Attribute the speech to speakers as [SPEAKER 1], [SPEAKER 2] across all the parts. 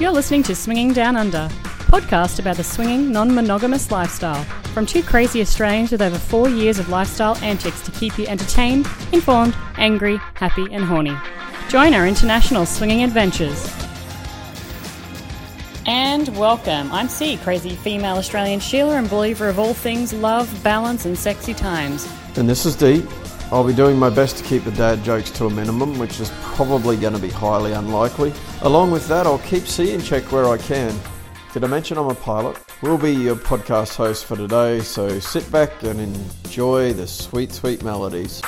[SPEAKER 1] You're listening to Swinging Down Under, podcast about the swinging non-monogamous lifestyle. From two crazy Australians with over four years of lifestyle antics to keep you entertained, informed, angry, happy, and horny. Join our international swinging adventures. And welcome. I'm C, crazy female Australian Sheila and believer of all things love, balance, and sexy times.
[SPEAKER 2] And this is D. I'll be doing my best to keep the dad jokes to a minimum, which is probably going to be highly unlikely. Along with that, I'll keep C in check where I can. Did I mention I'm a pilot? We'll be your podcast host for today, so sit back and enjoy the sweet, sweet melodies.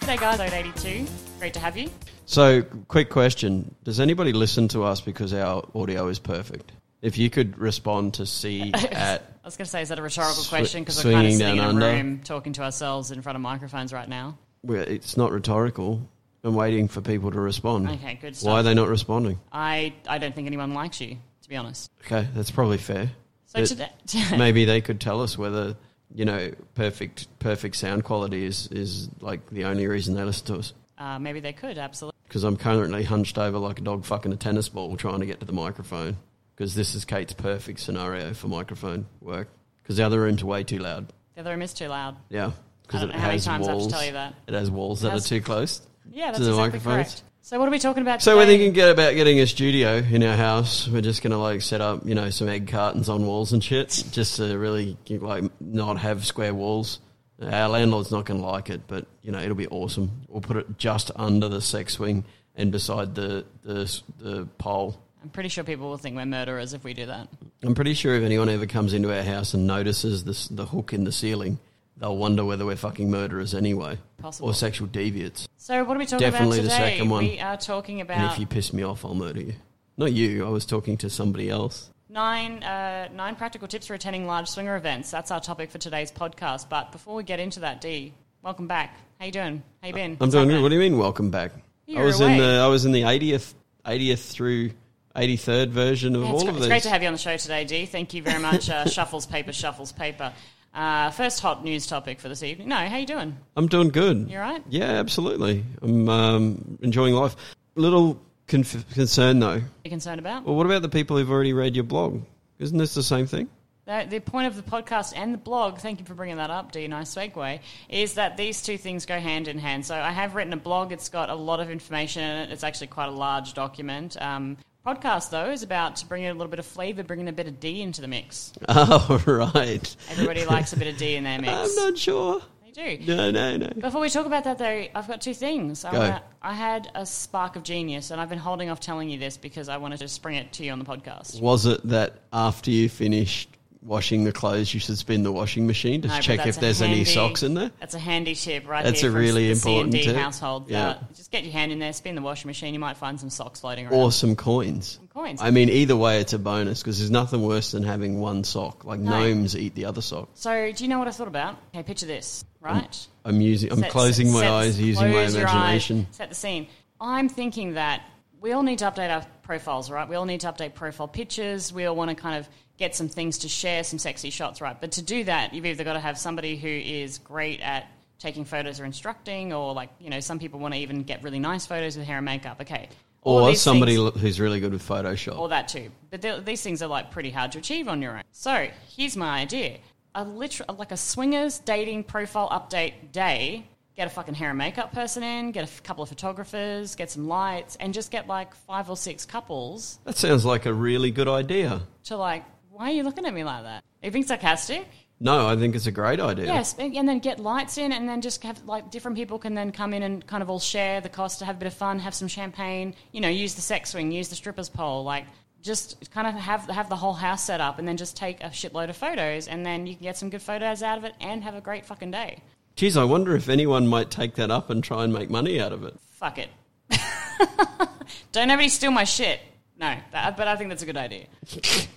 [SPEAKER 1] G'day guys, Ode 82. Great to have you.
[SPEAKER 2] So, quick question Does anybody listen to us because our audio is perfect? If you could respond to C at.
[SPEAKER 1] I was going to say, is that a rhetorical
[SPEAKER 2] Swi-
[SPEAKER 1] question? Because we're
[SPEAKER 2] swinging
[SPEAKER 1] kind of sitting in
[SPEAKER 2] down
[SPEAKER 1] a
[SPEAKER 2] under.
[SPEAKER 1] room talking to ourselves in front of microphones right now.
[SPEAKER 2] Well, it's not rhetorical. I'm waiting for people to respond.
[SPEAKER 1] Okay, good stuff.
[SPEAKER 2] Why are they not responding?
[SPEAKER 1] I, I don't think anyone likes you, to be honest.
[SPEAKER 2] Okay, that's probably fair.
[SPEAKER 1] So
[SPEAKER 2] That-
[SPEAKER 1] today,
[SPEAKER 2] maybe they could tell us whether you know perfect perfect sound quality is is like the only reason they listen to us
[SPEAKER 1] uh, maybe they could, absolutely.
[SPEAKER 2] because I'm currently hunched over like a dog fucking a tennis ball trying to get to the microphone because this is Kate's perfect scenario for microphone work because the other room's way too loud.
[SPEAKER 1] The other room is too loud.
[SPEAKER 2] Yeah,
[SPEAKER 1] I
[SPEAKER 2] because
[SPEAKER 1] don't
[SPEAKER 2] it
[SPEAKER 1] know how many
[SPEAKER 2] has
[SPEAKER 1] times I have
[SPEAKER 2] walls.
[SPEAKER 1] to tell you that.
[SPEAKER 2] It has walls that
[SPEAKER 1] Has-
[SPEAKER 2] are too close.
[SPEAKER 1] Yeah, that's
[SPEAKER 2] the
[SPEAKER 1] exactly
[SPEAKER 2] microphones.
[SPEAKER 1] correct. So what are we talking about
[SPEAKER 2] So we're
[SPEAKER 1] today?
[SPEAKER 2] thinking get about getting a studio in our house. We're just gonna like set up, you know, some egg cartons on walls and shit, just to really like not have square walls. Our landlord's not gonna like it, but you know it'll be awesome. We'll put it just under the sex swing and beside the the the pole.
[SPEAKER 1] I'm pretty sure people will think we're murderers if we do that.
[SPEAKER 2] I'm pretty sure if anyone ever comes into our house and notices this the hook in the ceiling, they'll wonder whether we're fucking murderers anyway,
[SPEAKER 1] Possible.
[SPEAKER 2] or sexual deviates.
[SPEAKER 1] So what are we talking
[SPEAKER 2] Definitely
[SPEAKER 1] about
[SPEAKER 2] the
[SPEAKER 1] today?
[SPEAKER 2] second one.
[SPEAKER 1] We are talking
[SPEAKER 2] And
[SPEAKER 1] about
[SPEAKER 2] if you piss me off, I'll murder you. Not you. I was talking to somebody else.
[SPEAKER 1] nine uh, nine practical tips for attending large swinger events. That's our topic for today's podcast. But before we get into that, D, welcome back. How you doing? How you been?
[SPEAKER 2] Uh, I'm
[SPEAKER 1] What's
[SPEAKER 2] doing good.
[SPEAKER 1] happening?
[SPEAKER 2] What do you mean? Welcome back.
[SPEAKER 1] You
[SPEAKER 2] I
[SPEAKER 1] were
[SPEAKER 2] was in
[SPEAKER 1] away.
[SPEAKER 2] the I was in the 80th 80th through 83rd version of
[SPEAKER 1] Yeah, it's,
[SPEAKER 2] all
[SPEAKER 1] gr-
[SPEAKER 2] of
[SPEAKER 1] it's
[SPEAKER 2] these.
[SPEAKER 1] great to have you on the show today, Dee. Thank you very much. Uh, shuffles paper, shuffles paper. Uh, first hot news topic for this evening. No, how you doing?
[SPEAKER 2] I'm doing good.
[SPEAKER 1] You all right?
[SPEAKER 2] Yeah, absolutely. I'm um, enjoying life. Little conf- concern though.
[SPEAKER 1] You concerned about
[SPEAKER 2] Well, what about the people who've already read your blog? Isn't this the same thing?
[SPEAKER 1] the, the point of the podcast and the blog? Thank you for bringing that up, Dee. Nice segue. Is that these two things go hand in hand? So I have written a blog. It's got a lot of information in it. It's actually quite a large document. Um, podcast though is about to bring in a little bit of flavour, bringing a bit of D into the mix.
[SPEAKER 2] Oh, right.
[SPEAKER 1] Everybody likes a bit of D in their
[SPEAKER 2] I'm
[SPEAKER 1] mix.
[SPEAKER 2] not sure.
[SPEAKER 1] they do.
[SPEAKER 2] No, no, no.
[SPEAKER 1] Before we talk about that, though, I've got two things. I,
[SPEAKER 2] Go.
[SPEAKER 1] wanna- I had a spark of genius, and I've been holding off telling you this because I wanted to spring it to you on the podcast.
[SPEAKER 2] Was it that after you finished washing the clothes, you should spin the washing machine to
[SPEAKER 1] No, but
[SPEAKER 2] check
[SPEAKER 1] that's
[SPEAKER 2] if
[SPEAKER 1] a
[SPEAKER 2] there's any
[SPEAKER 1] handy-
[SPEAKER 2] socks in there?
[SPEAKER 1] That's a handy tip, right?
[SPEAKER 2] That's
[SPEAKER 1] there
[SPEAKER 2] a
[SPEAKER 1] from
[SPEAKER 2] really
[SPEAKER 1] the
[SPEAKER 2] important
[SPEAKER 1] C&D
[SPEAKER 2] tip.
[SPEAKER 1] household.
[SPEAKER 2] Yeah.
[SPEAKER 1] Uh, just get your hand in there, spin the washing machine. You might find some socks floating around.
[SPEAKER 2] or some coins.
[SPEAKER 1] coins.
[SPEAKER 2] I mean, either way, it's a bonus because there's nothing worse than having one sock. Like
[SPEAKER 1] No.
[SPEAKER 2] gnomes eat the other sock.
[SPEAKER 1] So, do you know what I thought about? Okay, picture this, right?
[SPEAKER 2] I'm using. I'm
[SPEAKER 1] Set-
[SPEAKER 2] closing my
[SPEAKER 1] set-
[SPEAKER 2] eyes using my
[SPEAKER 1] close your eyes,
[SPEAKER 2] imagination.
[SPEAKER 1] set the scene. I'm thinking that we all need to update our profiles, right? We all need to update profile pictures. We all want to kind of get some things to share, some sexy shots, right? But to do that, you've either got to have somebody who is great at taking photos or instructing, or like, you know, some people want to even get really nice photos with hair and makeup. Okay. All
[SPEAKER 2] Or
[SPEAKER 1] these
[SPEAKER 2] somebody
[SPEAKER 1] things-
[SPEAKER 2] l- who's really good with Photoshop.
[SPEAKER 1] or that too. But th- these things are like pretty hard to achieve on your own. So here's my idea: a literal, like a swingers dating profile update day. Get a fucking hair and makeup person in, get a f- couple of photographers, get some lights, and just get like five or six couples
[SPEAKER 2] that sounds like a really good idea.
[SPEAKER 1] to like. Why are you looking at me like that? Are you being sarcastic?
[SPEAKER 2] No, I think it's a great idea.
[SPEAKER 1] Yes, and and then get lights in, and then just have like different people can then come in and kind of all share the cost to have a bit of fun, have some champagne, you know, use the sex swing, use the strippers pole, like just kind of have have the whole house set up, and then just take a shitload of photos, and then you can get some good photos out of it and have a great fucking day.
[SPEAKER 2] Geez, I wonder if anyone might take that up and try and make money out of it.
[SPEAKER 1] Fuck it. Don't nobody steal my shit. No, that, but I think that's a good idea.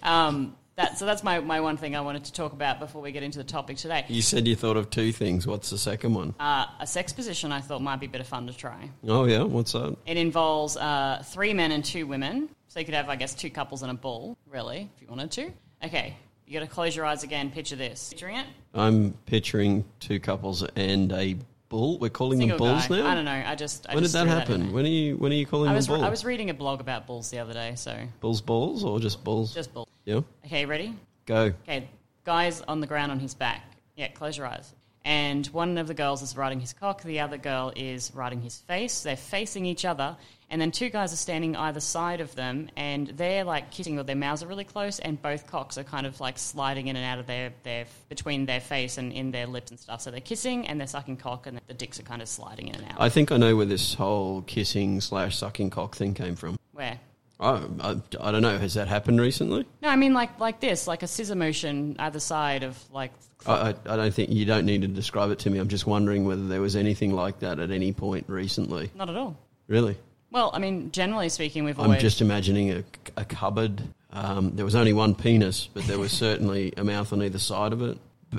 [SPEAKER 1] Um, that, so that's my, my one thing I wanted to talk about before we get into the topic today.
[SPEAKER 2] You said you thought of two things. What's the second one?
[SPEAKER 1] Uh, a sex position I thought might be a bit of fun to try.
[SPEAKER 2] oh yeah, what's that?
[SPEAKER 1] It involves uh, three men and two women. So you could have, I guess, two couples and a ball, really, if you wanted to. Okay, you got to close your eyes again. Picture this. Picturing it?
[SPEAKER 2] I'm picturing two couples and a bull? We're calling them
[SPEAKER 1] Single
[SPEAKER 2] bulls
[SPEAKER 1] guy.
[SPEAKER 2] now.
[SPEAKER 1] I don't know. I just I
[SPEAKER 2] When did
[SPEAKER 1] just
[SPEAKER 2] that
[SPEAKER 1] threw
[SPEAKER 2] happen?
[SPEAKER 1] in there.
[SPEAKER 2] when are you when are you calling
[SPEAKER 1] I
[SPEAKER 2] them
[SPEAKER 1] was
[SPEAKER 2] bull?
[SPEAKER 1] I was reading a blog about bulls the other day. So
[SPEAKER 2] Bulls balls or just bulls?
[SPEAKER 1] just bull.
[SPEAKER 2] yeah.
[SPEAKER 1] Okay, ready?
[SPEAKER 2] Go.
[SPEAKER 1] Okay, guy's on the ground on his back. Yeah, close your eyes. And one of the girls is riding his cock, the other girl is riding his face. They're facing each other, and then two guys are standing either side of them, and they're like kissing, or their mouths are really close, and both cocks are kind of like sliding in and out of their, their between their face and in their lips and stuff. So they're kissing and they're sucking cock, and the dicks are kind of sliding in and out.
[SPEAKER 2] I think I know where this whole kissing slash sucking cock thing came from.
[SPEAKER 1] Where?
[SPEAKER 2] Oh, I, I don't know. Has that happened recently?
[SPEAKER 1] No, I mean like like this, like a scissor motion either side of like.
[SPEAKER 2] I, I, I don't think you don't need to describe it to me. I'm just wondering whether there was anything like that at any point recently.
[SPEAKER 1] Not at all.
[SPEAKER 2] Really?
[SPEAKER 1] Well, I mean, generally speaking, we've
[SPEAKER 2] I'm
[SPEAKER 1] always.
[SPEAKER 2] just imagining a, a cupboard. Um, there was only one penis, but there was certainly a mouth on either side of it.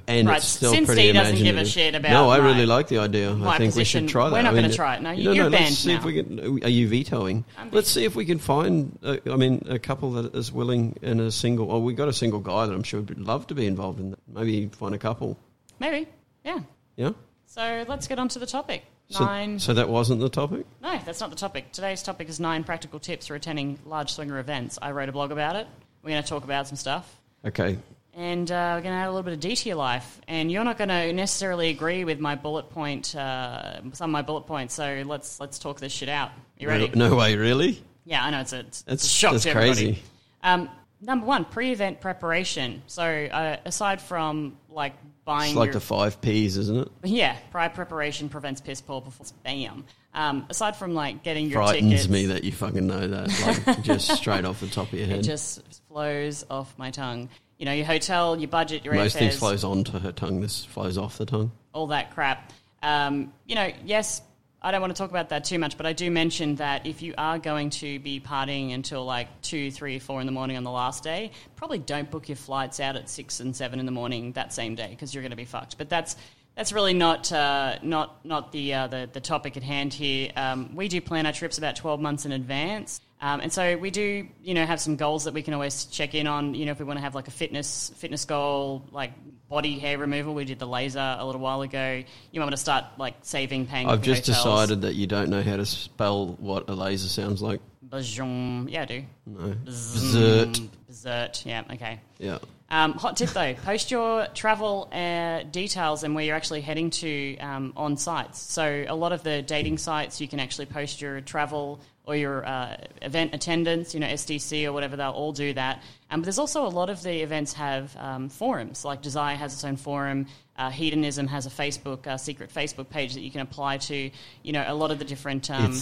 [SPEAKER 2] And
[SPEAKER 1] Right,
[SPEAKER 2] it's still
[SPEAKER 1] since
[SPEAKER 2] pretty
[SPEAKER 1] he doesn't give a
[SPEAKER 2] imaginative.
[SPEAKER 1] shit about
[SPEAKER 2] No, I
[SPEAKER 1] my-
[SPEAKER 2] really like the idea. I
[SPEAKER 1] my
[SPEAKER 2] think we
[SPEAKER 1] position.
[SPEAKER 2] should try that.
[SPEAKER 1] We're not
[SPEAKER 2] I mean,
[SPEAKER 1] gonna try it. No,
[SPEAKER 2] you
[SPEAKER 1] you're
[SPEAKER 2] let's
[SPEAKER 1] banned
[SPEAKER 2] see if
[SPEAKER 1] now.
[SPEAKER 2] we can. Are you vetoing? Let's see if we can find. Uh, I mean, a couple that is willing and a single. Oh, we got a single guy that I'm sure would love to be involved in that. Maybe find a couple.
[SPEAKER 1] Maybe. Yeah.
[SPEAKER 2] Yeah.
[SPEAKER 1] So let's get on to the topic.
[SPEAKER 2] So-
[SPEAKER 1] Nine.
[SPEAKER 2] So, that wasn't the topic.
[SPEAKER 1] no, that's not the topic. Today's topic is nine practical tips for attending large swinger events. I wrote a blog about it. We're going to talk about some stuff.
[SPEAKER 2] Okay.
[SPEAKER 1] And uh, we're going to add a little bit of D to your life. And you're not going to necessarily agree with my bullet point, uh, some of my bullet points. So let's let's talk this shit out. You ready?
[SPEAKER 2] No, no way, really.
[SPEAKER 1] Yeah, I know. It's a, it's, it's a
[SPEAKER 2] That's-
[SPEAKER 1] shock
[SPEAKER 2] that's
[SPEAKER 1] to everybody.
[SPEAKER 2] crazy.
[SPEAKER 1] Um, number one, pre-event preparation. So uh, aside from like buying
[SPEAKER 2] It's like
[SPEAKER 1] your,
[SPEAKER 2] the five P's, isn't it?
[SPEAKER 1] Yeah, prior preparation prevents piss poor performance. Bam. Um, aside from like getting your
[SPEAKER 2] frightens
[SPEAKER 1] tickets,
[SPEAKER 2] me that you fucking know that, like just straight off the top of your
[SPEAKER 1] it
[SPEAKER 2] head.
[SPEAKER 1] just flows off my tongue. You know, your hotel, your budget, your
[SPEAKER 2] Most things
[SPEAKER 1] airfares,
[SPEAKER 2] flows onto her tongue. This flows off the tongue.
[SPEAKER 1] all that crap. Um, you know, yes, I don't want to talk about that too much, but I do mention that if you are going to be partying until like two, three, four in the morning on the last day, probably don't book your flights out at six and seven in the morning that same day because you're going to be fucked. But that's that's really not uh, not not the, uh, the the topic at hand here. Um, we do plan our trips about twelve months in advance. Um, and so we do, you know, have some goals that we can always check in on. You know, if we want to have like a fitness fitness goal, like body hair removal, we did the laser a little while ago. You might want to start like saving, paying.
[SPEAKER 2] I've
[SPEAKER 1] for
[SPEAKER 2] just
[SPEAKER 1] hotels.
[SPEAKER 2] decided that you don't know how to spell what a laser sounds like.
[SPEAKER 1] Bazhoom. Yeah, I do.
[SPEAKER 2] No. Zert.
[SPEAKER 1] Bzzzt. Bzzzt. Yeah. Okay.
[SPEAKER 2] Yeah.
[SPEAKER 1] Um, hot tip though, post your travel uh, details and where you're actually heading to um, on sites. So a lot of the dating sites, you can actually post your travel or your uh, event attendance, you know, SDC or whatever. They'll all do that. Um, but there's also a lot of the events have um, forums. Like Desire has its own forum. Uh, Hedonism has a Facebook uh, secret Facebook page that you can apply to. You know, a lot of the different. Um,
[SPEAKER 2] it's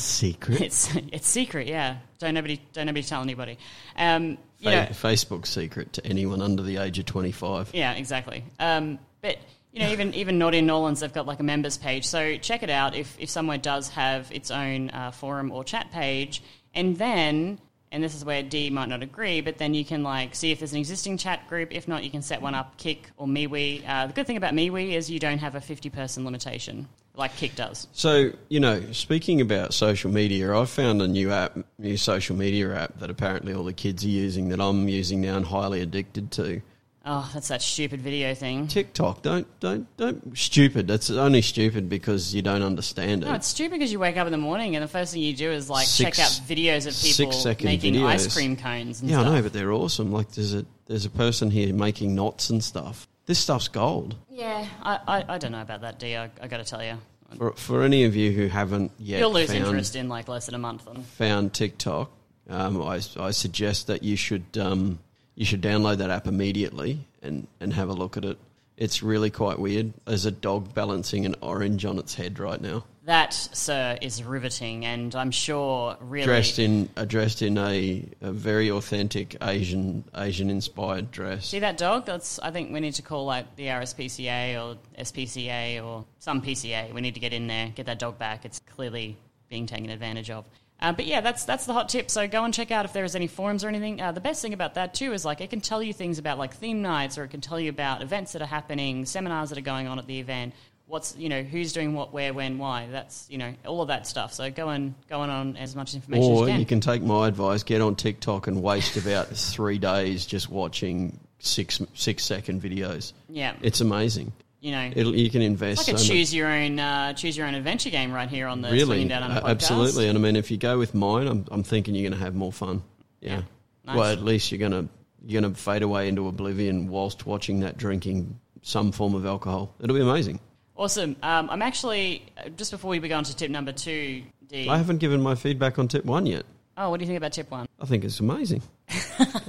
[SPEAKER 2] secret.
[SPEAKER 1] it's it's secret, yeah. Don't nobody don't nobody tell anybody. Um, you know,
[SPEAKER 2] Fa- Facebook secret to anyone under the age of 25.
[SPEAKER 1] yeah, exactly. Um, but you know, even even Naughty Nolans, they've got like a members page. So check it out if if somewhere does have its own uh, forum or chat page, and then. And this is where D might not agree, but then you can like see if there's an existing chat group. If not, you can set one up, Kick or MeWe. Uh, the good thing about MeWe is you don't have a 50 person limitation, like Kick does.
[SPEAKER 2] So, you know, speaking about social media, I've found a new app, new social media app that apparently all the kids are using that I'm using now and highly addicted to.
[SPEAKER 1] Oh, that's that stupid video thing.
[SPEAKER 2] TikTok. Don't don't don't stupid. That's only stupid because you don't understand it.
[SPEAKER 1] No, it's stupid because you wake up in the morning and the first thing you do is like check out
[SPEAKER 2] Six-
[SPEAKER 1] videos of people
[SPEAKER 2] six-second
[SPEAKER 1] making
[SPEAKER 2] videos.
[SPEAKER 1] ice cream cones. And
[SPEAKER 2] yeah,
[SPEAKER 1] stuff.
[SPEAKER 2] I know, but they're awesome. Like there's a there's a person here making knots and stuff. This stuff's gold.
[SPEAKER 1] Yeah, I, I, I don't know about that, D. I, I got to tell you,
[SPEAKER 2] For for any of you who haven't yet
[SPEAKER 1] you'll lose
[SPEAKER 2] found,
[SPEAKER 1] interest in like less than a month. Then
[SPEAKER 2] found TikTok, um, I I suggest that you should um, you should download that app immediately and and have a look at it. It's really quite weird. There's a dog balancing an orange on its head right now,
[SPEAKER 1] that, sir, is riveting, and I'm sure really
[SPEAKER 2] dressed in uh, dressed in a, a very authentic Asian Asian inspired dress.
[SPEAKER 1] See that dog? That's I think we need to call like the RSPCA or SPCA or some PCA. We need to get in there, get that dog back. It's clearly being taken advantage of. Uh, but yeah, that's that's the hot tip. So go and check out if there is any forums or anything. Uh, the best thing about that too is like it can tell you things about like theme nights, or it can tell you about events that are happening, seminars that are going on at the event. What's you know who's doing what, where, when, why? That's you know all of that stuff. So go and go on on as much information as
[SPEAKER 2] Or
[SPEAKER 1] you can.
[SPEAKER 2] you can take my advice, get on TikTok and waste about three days just watching six six second videos.
[SPEAKER 1] yeah,
[SPEAKER 2] It's amazing.
[SPEAKER 1] you know,
[SPEAKER 2] It'll, you can invest.
[SPEAKER 1] it's like a
[SPEAKER 2] so much-
[SPEAKER 1] choose your own uh, choose your own adventure game right here on the Swinging Down Under
[SPEAKER 2] A-
[SPEAKER 1] podcast.
[SPEAKER 2] absolutely. And I mean, if you go with mine, I'm, I'm thinking you're going to have more fun. Yeah.
[SPEAKER 1] Nice.
[SPEAKER 2] Well, at least you're going to you're going to fade away into oblivion whilst watching that drinking some form of alcohol. It'll be amazing.
[SPEAKER 1] Awesome. Um, I'm actually uh, just before we go on to tip number two, D.
[SPEAKER 2] I haven't given my feedback on tip one yet.
[SPEAKER 1] Oh, what do you think about tip one?
[SPEAKER 2] I think it's amazing.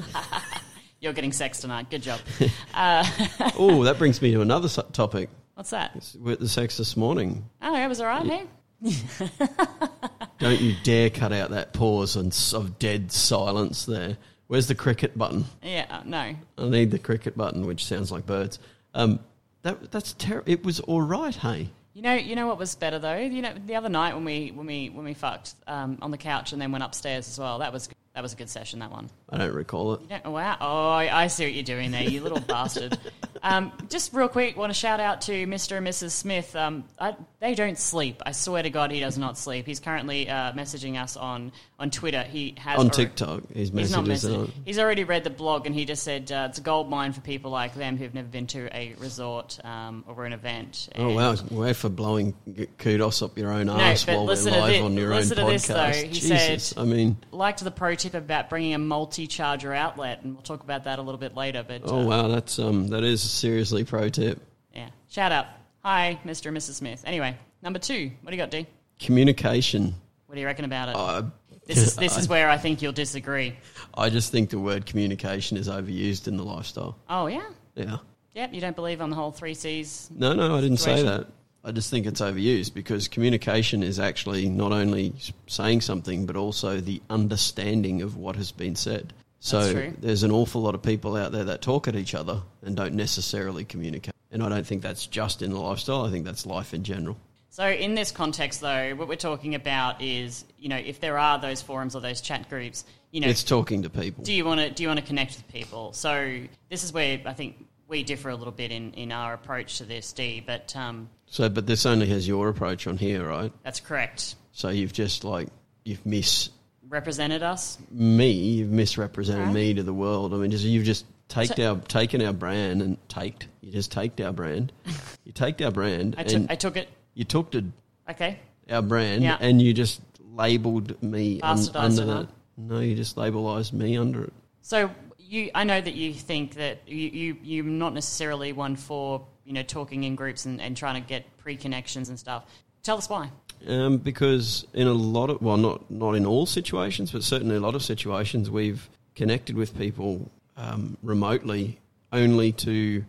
[SPEAKER 1] You're getting sex tonight. Good job.
[SPEAKER 2] oh, that brings me to another su- topic.
[SPEAKER 1] What's that?
[SPEAKER 2] With the sex this morning,
[SPEAKER 1] Oh, it was all right, hey?
[SPEAKER 2] don't you dare cut out that pause and s- of dead silence there. Where's the cricket button?
[SPEAKER 1] Yeah, uh, no.
[SPEAKER 2] I need the cricket button, which sounds like birds. Um, that that's terrible. It was all right, hey.
[SPEAKER 1] You know, you know what was better though. You know, the other night when we when we when we fucked um, on the couch and then went upstairs as well. That was that was a good session. That one.
[SPEAKER 2] I don't recall it.
[SPEAKER 1] You don't- wow. Oh, I, I see what you're doing there, you little bastard. Um, just real quick, want to shout out to Mr. and Mrs. Smith. Um, I, they don't sleep. I swear to God, he does not sleep. He's currently uh, messaging us on, on Twitter. He has
[SPEAKER 2] on
[SPEAKER 1] alre-
[SPEAKER 2] TikTok. His
[SPEAKER 1] He's not
[SPEAKER 2] messages
[SPEAKER 1] messaging.
[SPEAKER 2] are
[SPEAKER 1] He's already read the blog, and he just said uh, it's a gold mine for people like them who've never been to a resort um, or an event.
[SPEAKER 2] Oh
[SPEAKER 1] And-
[SPEAKER 2] wow! Way for blowing g- kudos up your own
[SPEAKER 1] No,
[SPEAKER 2] ass
[SPEAKER 1] but
[SPEAKER 2] while they're
[SPEAKER 1] listen to
[SPEAKER 2] live
[SPEAKER 1] thi-
[SPEAKER 2] on your own
[SPEAKER 1] listen to this, though.
[SPEAKER 2] podcast.
[SPEAKER 1] He
[SPEAKER 2] Jesus,
[SPEAKER 1] said-
[SPEAKER 2] I mean,
[SPEAKER 1] Liked the pro tip about bringing a multi-charger outlet, and we'll talk about that a little bit later. But
[SPEAKER 2] oh
[SPEAKER 1] uh,
[SPEAKER 2] wow, that's um, that is seriously pro tip.
[SPEAKER 1] Yeah. Shout out. Hi, Mr. and Mrs. Smith. Anyway, number two. What do you got, D?
[SPEAKER 2] Communication.
[SPEAKER 1] What do you reckon about it?
[SPEAKER 2] I,
[SPEAKER 1] this is
[SPEAKER 2] uh,
[SPEAKER 1] this is where I think you'll disagree.
[SPEAKER 2] I just think the word communication is overused in the lifestyle.
[SPEAKER 1] Oh yeah.
[SPEAKER 2] Yeah.
[SPEAKER 1] Yep. You don't believe on the whole three C's.
[SPEAKER 2] No, no, I didn't say
[SPEAKER 1] Situation.
[SPEAKER 2] that. I just think it's overused because communication is actually not only s- saying something, but also the understanding of what has been said.
[SPEAKER 1] That's
[SPEAKER 2] So
[SPEAKER 1] true.
[SPEAKER 2] there's an awful lot of people out there that talk at each other and don't necessarily communicate. And I don't think that's just in the lifestyle. I think that's life in general.
[SPEAKER 1] So in this context, though, what we're talking about is you know if there are those forums or those chat groups, you know,
[SPEAKER 2] It's talking to people.
[SPEAKER 1] do you want to do you want to connect with people? So this is where I think we differ a little bit in in our approach to this, D. But um,
[SPEAKER 2] So, but this only has your approach on here, right?
[SPEAKER 1] that's correct.
[SPEAKER 2] So you've just like you've mis
[SPEAKER 1] Represented us.
[SPEAKER 2] me, you've misrepresented
[SPEAKER 1] Right.
[SPEAKER 2] me to the world. I mean, just you've just taked our taken our brand and taked. You just taked our brand. You taked our brand
[SPEAKER 1] I
[SPEAKER 2] and
[SPEAKER 1] took I took it.
[SPEAKER 2] you took to
[SPEAKER 1] Okay.
[SPEAKER 2] our brand
[SPEAKER 1] Yeah.
[SPEAKER 2] and you just labelled me un-
[SPEAKER 1] Bastardized
[SPEAKER 2] under
[SPEAKER 1] it, huh?
[SPEAKER 2] that. No, you just labelized me under it.
[SPEAKER 1] So you, I know that you think that you, you you're not necessarily one for you know talking in groups and, and trying to get pre connections and stuff. Tell us why.
[SPEAKER 2] Um, because in a lot of well, not not in all situations, but certainly a lot of situations, we've connected with people um, remotely, only to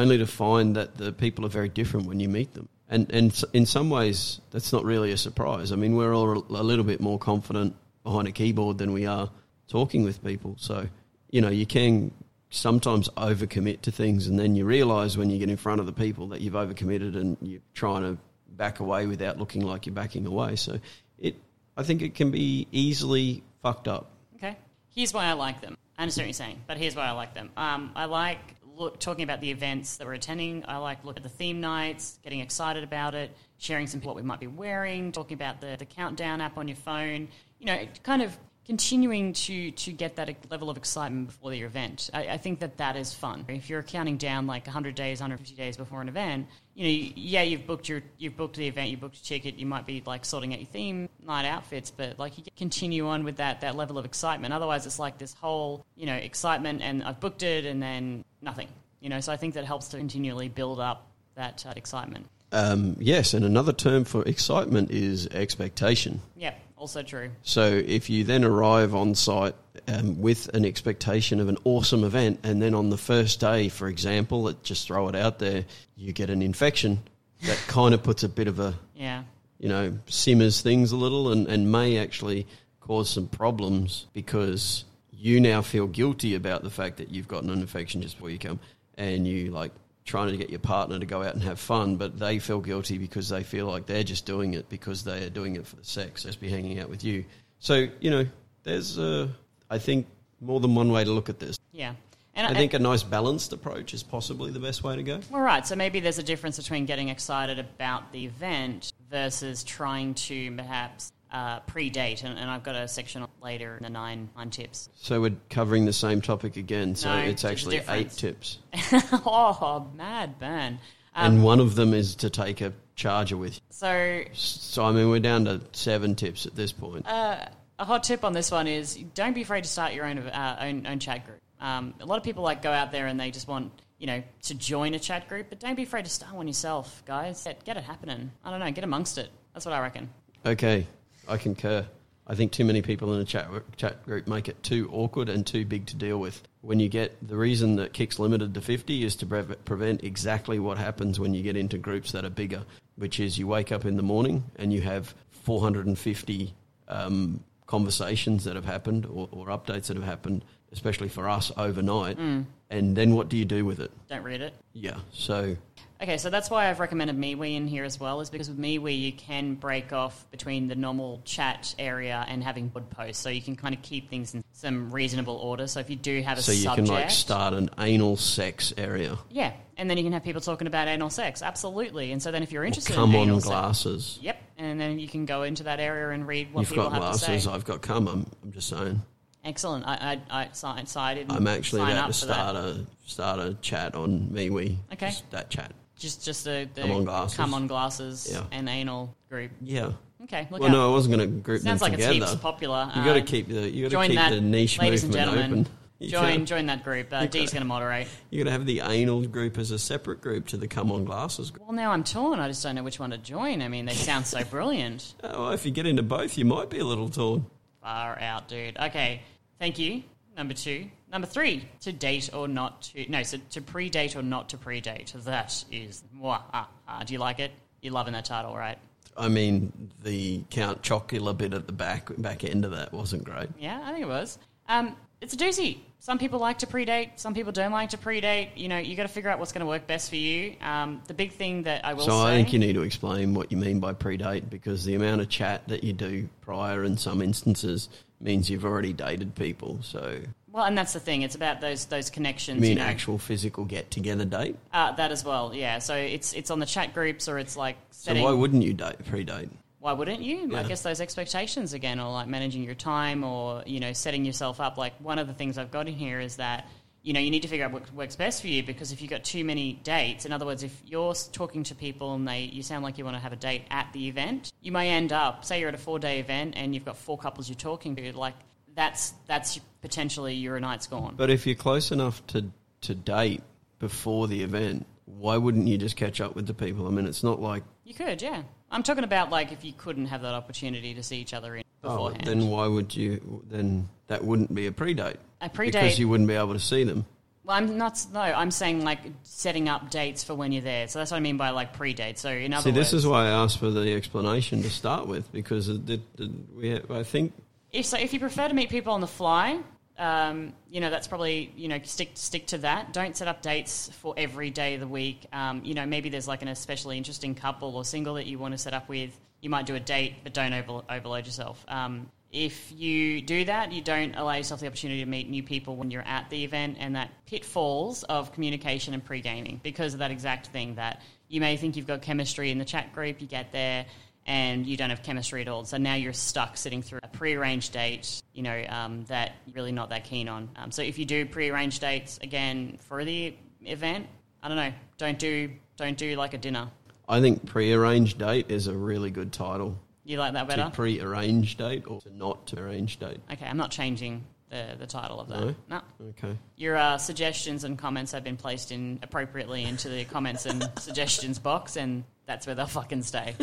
[SPEAKER 2] only to find that the people are very different when you meet them. And and s- in some ways, that's not really a surprise. I mean, we're all a little bit more confident behind a keyboard than we are talking with people. So you know, you can sometimes overcommit to things, and then you realise when you get in front of the people that you've overcommitted, and you're trying to back away without looking like you're backing away. So it, I think it can be easily fucked up.
[SPEAKER 1] Okay. Here's why I like them. I understand what you're saying, but here's why I like them. Um, I like look, talking about the events that we're attending. I like look at the theme nights, getting excited about it, sharing some what we might be wearing, talking about the, the countdown app on your phone. You know, kind of continuing to to get that level of excitement before your event. I, I think that that is fun. If you're counting down like 100 days, 150 days before an event, you know, yeah, you've booked your you've booked the event, you booked your ticket, you might be like sorting out your theme night outfits, but like you continue on with that that level of excitement. Otherwise, it's like this whole you know excitement and I've booked it and then nothing. You know, so I think that helps to continually build up that uh, excitement.
[SPEAKER 2] Um, yes, and another term for excitement is expectation.
[SPEAKER 1] Yeah, also true.
[SPEAKER 2] So if you then arrive on site um, with an expectation of an awesome event, and then on the first day, for example, let just throw it out there, you get an infection. That kind of puts a bit of a
[SPEAKER 1] Yeah.
[SPEAKER 2] you know, simmers things a little and, and may actually cause some problems because you now feel guilty about the fact that you've gotten an infection just before you come and you like trying to get your partner to go out and have fun, but they feel guilty because they feel like they're just doing it because they are doing it for the sex, just be hanging out with you. So, you know, there's, uh, I think, more than one way to look at this.
[SPEAKER 1] Yeah.
[SPEAKER 2] I think a nice balanced approach is possibly the best way to go.
[SPEAKER 1] All right, so maybe there's a difference between getting excited about the event versus trying to perhaps uh, pre-date, and, and I've got a section later in the nine nine tips.
[SPEAKER 2] So we're covering the same topic again. So
[SPEAKER 1] No,
[SPEAKER 2] it's
[SPEAKER 1] there's a
[SPEAKER 2] actually eight
[SPEAKER 1] difference.
[SPEAKER 2] tips.
[SPEAKER 1] oh, mad burn!
[SPEAKER 2] and one of them is to take a charger with. you.
[SPEAKER 1] So
[SPEAKER 2] So I mean, we're down to seven tips at this point.
[SPEAKER 1] a hot tip on this one is don't be afraid to start your own uh, own, own chat group. Um, a lot of people like go out there and they just want you know to join a chat group, but don't be afraid to start one yourself, guys. Get, get it happening. I don't know, get amongst it. That's what I reckon.
[SPEAKER 2] okay, I concur. I think too many people in a chat chat group make it too awkward and too big to deal with. When you get the reason that Kick's limited to fifty is to prev- prevent exactly what happens when you get into groups that are bigger, which is you wake up in the morning and you have four hundred and fifty um, conversations that have happened or, or updates that have happened, especially for us overnight. And then what do you do with it?
[SPEAKER 1] Don't read it.
[SPEAKER 2] Yeah, so
[SPEAKER 1] Okay, so that's why I've recommended MeWe in here as well, is because with MeWe you can break off between the normal chat area and having board posts, so you can kind of keep things in some reasonable order. So if you do have a
[SPEAKER 2] so you
[SPEAKER 1] subject,
[SPEAKER 2] can like start an anal sex area.
[SPEAKER 1] yeah, and then you can have people talking about anal sex, absolutely. And so then if you're interested,
[SPEAKER 2] Come
[SPEAKER 1] in
[SPEAKER 2] on,
[SPEAKER 1] anal sex-
[SPEAKER 2] glasses.
[SPEAKER 1] Yep, and then you can go into that area and read what
[SPEAKER 2] You've
[SPEAKER 1] people
[SPEAKER 2] got
[SPEAKER 1] have
[SPEAKER 2] glasses.
[SPEAKER 1] to say.
[SPEAKER 2] I've got cum. I'm, I'm just saying.
[SPEAKER 1] Excellent. I, I, I, so so I didn't.
[SPEAKER 2] I'm actually
[SPEAKER 1] Mm. sign
[SPEAKER 2] about
[SPEAKER 1] up
[SPEAKER 2] to
[SPEAKER 1] for that.
[SPEAKER 2] start a start a chat on MeWe.
[SPEAKER 1] Okay.
[SPEAKER 2] Just that chat.
[SPEAKER 1] Just, just the, the
[SPEAKER 2] Come on glasses.
[SPEAKER 1] come on glasses
[SPEAKER 2] Yeah.
[SPEAKER 1] and anal group.
[SPEAKER 2] Yeah.
[SPEAKER 1] Okay, look
[SPEAKER 2] well,
[SPEAKER 1] out.
[SPEAKER 2] no, I wasn't going to group
[SPEAKER 1] Sounds
[SPEAKER 2] them
[SPEAKER 1] like
[SPEAKER 2] together.
[SPEAKER 1] it's heaps popular.
[SPEAKER 2] you got to
[SPEAKER 1] Um,
[SPEAKER 2] keep the you got to
[SPEAKER 1] join
[SPEAKER 2] keep
[SPEAKER 1] that,
[SPEAKER 2] the niche
[SPEAKER 1] ladies and
[SPEAKER 2] movement
[SPEAKER 1] gentlemen.
[SPEAKER 2] open. You
[SPEAKER 1] Join,
[SPEAKER 2] gotta-
[SPEAKER 1] join that group. Uh, D's going to moderate.
[SPEAKER 2] you got to have the anal group as a separate group to the come on glasses group.
[SPEAKER 1] Well, now I'm torn. I just don't know which one to join. I mean, they sound so brilliant.
[SPEAKER 2] Oh, well, if you get into both, you might be a little torn.
[SPEAKER 1] Far out, dude. Okay, thank you. Number two. Number three, to date or not to. No, so to predate or not to predate. That is. Mwah, ah, ah. Do you like it? You're loving that title, right?
[SPEAKER 2] I mean, the Count Chocula bit at the back back end of that wasn't great.
[SPEAKER 1] Yeah, I think it was. Um, it's a doozy. Some people like to predate. Some people don't like to predate. You know, you got to figure out what's going to work best for you. Um, the big thing that I will
[SPEAKER 2] So
[SPEAKER 1] say.
[SPEAKER 2] I think you need to explain what you mean by predate because the amount of chat that you do prior in some instances means you've already dated people. So
[SPEAKER 1] Well, and that's the thing. It's about those those connections.
[SPEAKER 2] you mean
[SPEAKER 1] know.
[SPEAKER 2] actual physical get together date?
[SPEAKER 1] Uh, that as well. Yeah. So it's it's on the chat groups or it's like
[SPEAKER 2] So
[SPEAKER 1] setting.
[SPEAKER 2] why
[SPEAKER 1] why,
[SPEAKER 2] wouldn't you date predate?
[SPEAKER 1] wouldn't you? I
[SPEAKER 2] Yeah.
[SPEAKER 1] guess those expectations again, or like managing your time, or you know, setting yourself up. Like one of the things I've got in here is that. You know, you need to figure out what works best for you because if you've got too many dates, in other words, if you're s- talking to people and they you sound like you want to have a date at the event, you may end up, say you're at a four day event and you've got four couples you're talking to, like that's that's potentially your night's gone.
[SPEAKER 2] But if you're close enough to to date before the event, why wouldn't you just catch up with the people? I mean, it's not like
[SPEAKER 1] You could, yeah. I'm talking about like if you couldn't have that opportunity to see each other in
[SPEAKER 2] oh,
[SPEAKER 1] beforehand.
[SPEAKER 2] then why would you? Then that wouldn't be a predate.
[SPEAKER 1] A predate-
[SPEAKER 2] because you wouldn't be able to see them.
[SPEAKER 1] well, I'm not. No, I'm saying like setting up dates for when you're there. So that's what I mean by like pre-date. So in other
[SPEAKER 2] See, this
[SPEAKER 1] words,
[SPEAKER 2] is why I asked for the explanation to start with because it, it, it, we, I think
[SPEAKER 1] if so, if you prefer to meet people on the fly, um, you know that's probably you know stick stick to that. Don't set up dates for every day of the week. Um, you know maybe there's like an especially interesting couple or single that you want to set up with. You might do a date, but don't over, overload yourself. Um, if you do that, you don't allow yourself the opportunity to meet new people when you're at the event, and that pitfalls of communication and pre gaming because of that exact thing that you may think you've got chemistry in the chat group, you get there, and you don't have chemistry at all. So now you're stuck sitting through a prearranged date, you know, um, that you're really not that keen on. Um, so if you do prearranged dates again for the event, I don't know, don't do don't do like a dinner.
[SPEAKER 2] I think pre-arranged date is a really good title.
[SPEAKER 1] You like that better?
[SPEAKER 2] To pre-arrange date or to not to arrange date.
[SPEAKER 1] okay, I'm not changing the the title of that.
[SPEAKER 2] No?
[SPEAKER 1] no.
[SPEAKER 2] Okay.
[SPEAKER 1] Your uh, suggestions and comments have been placed in appropriately into the comments and suggestions box, and that's where they'll fucking stay.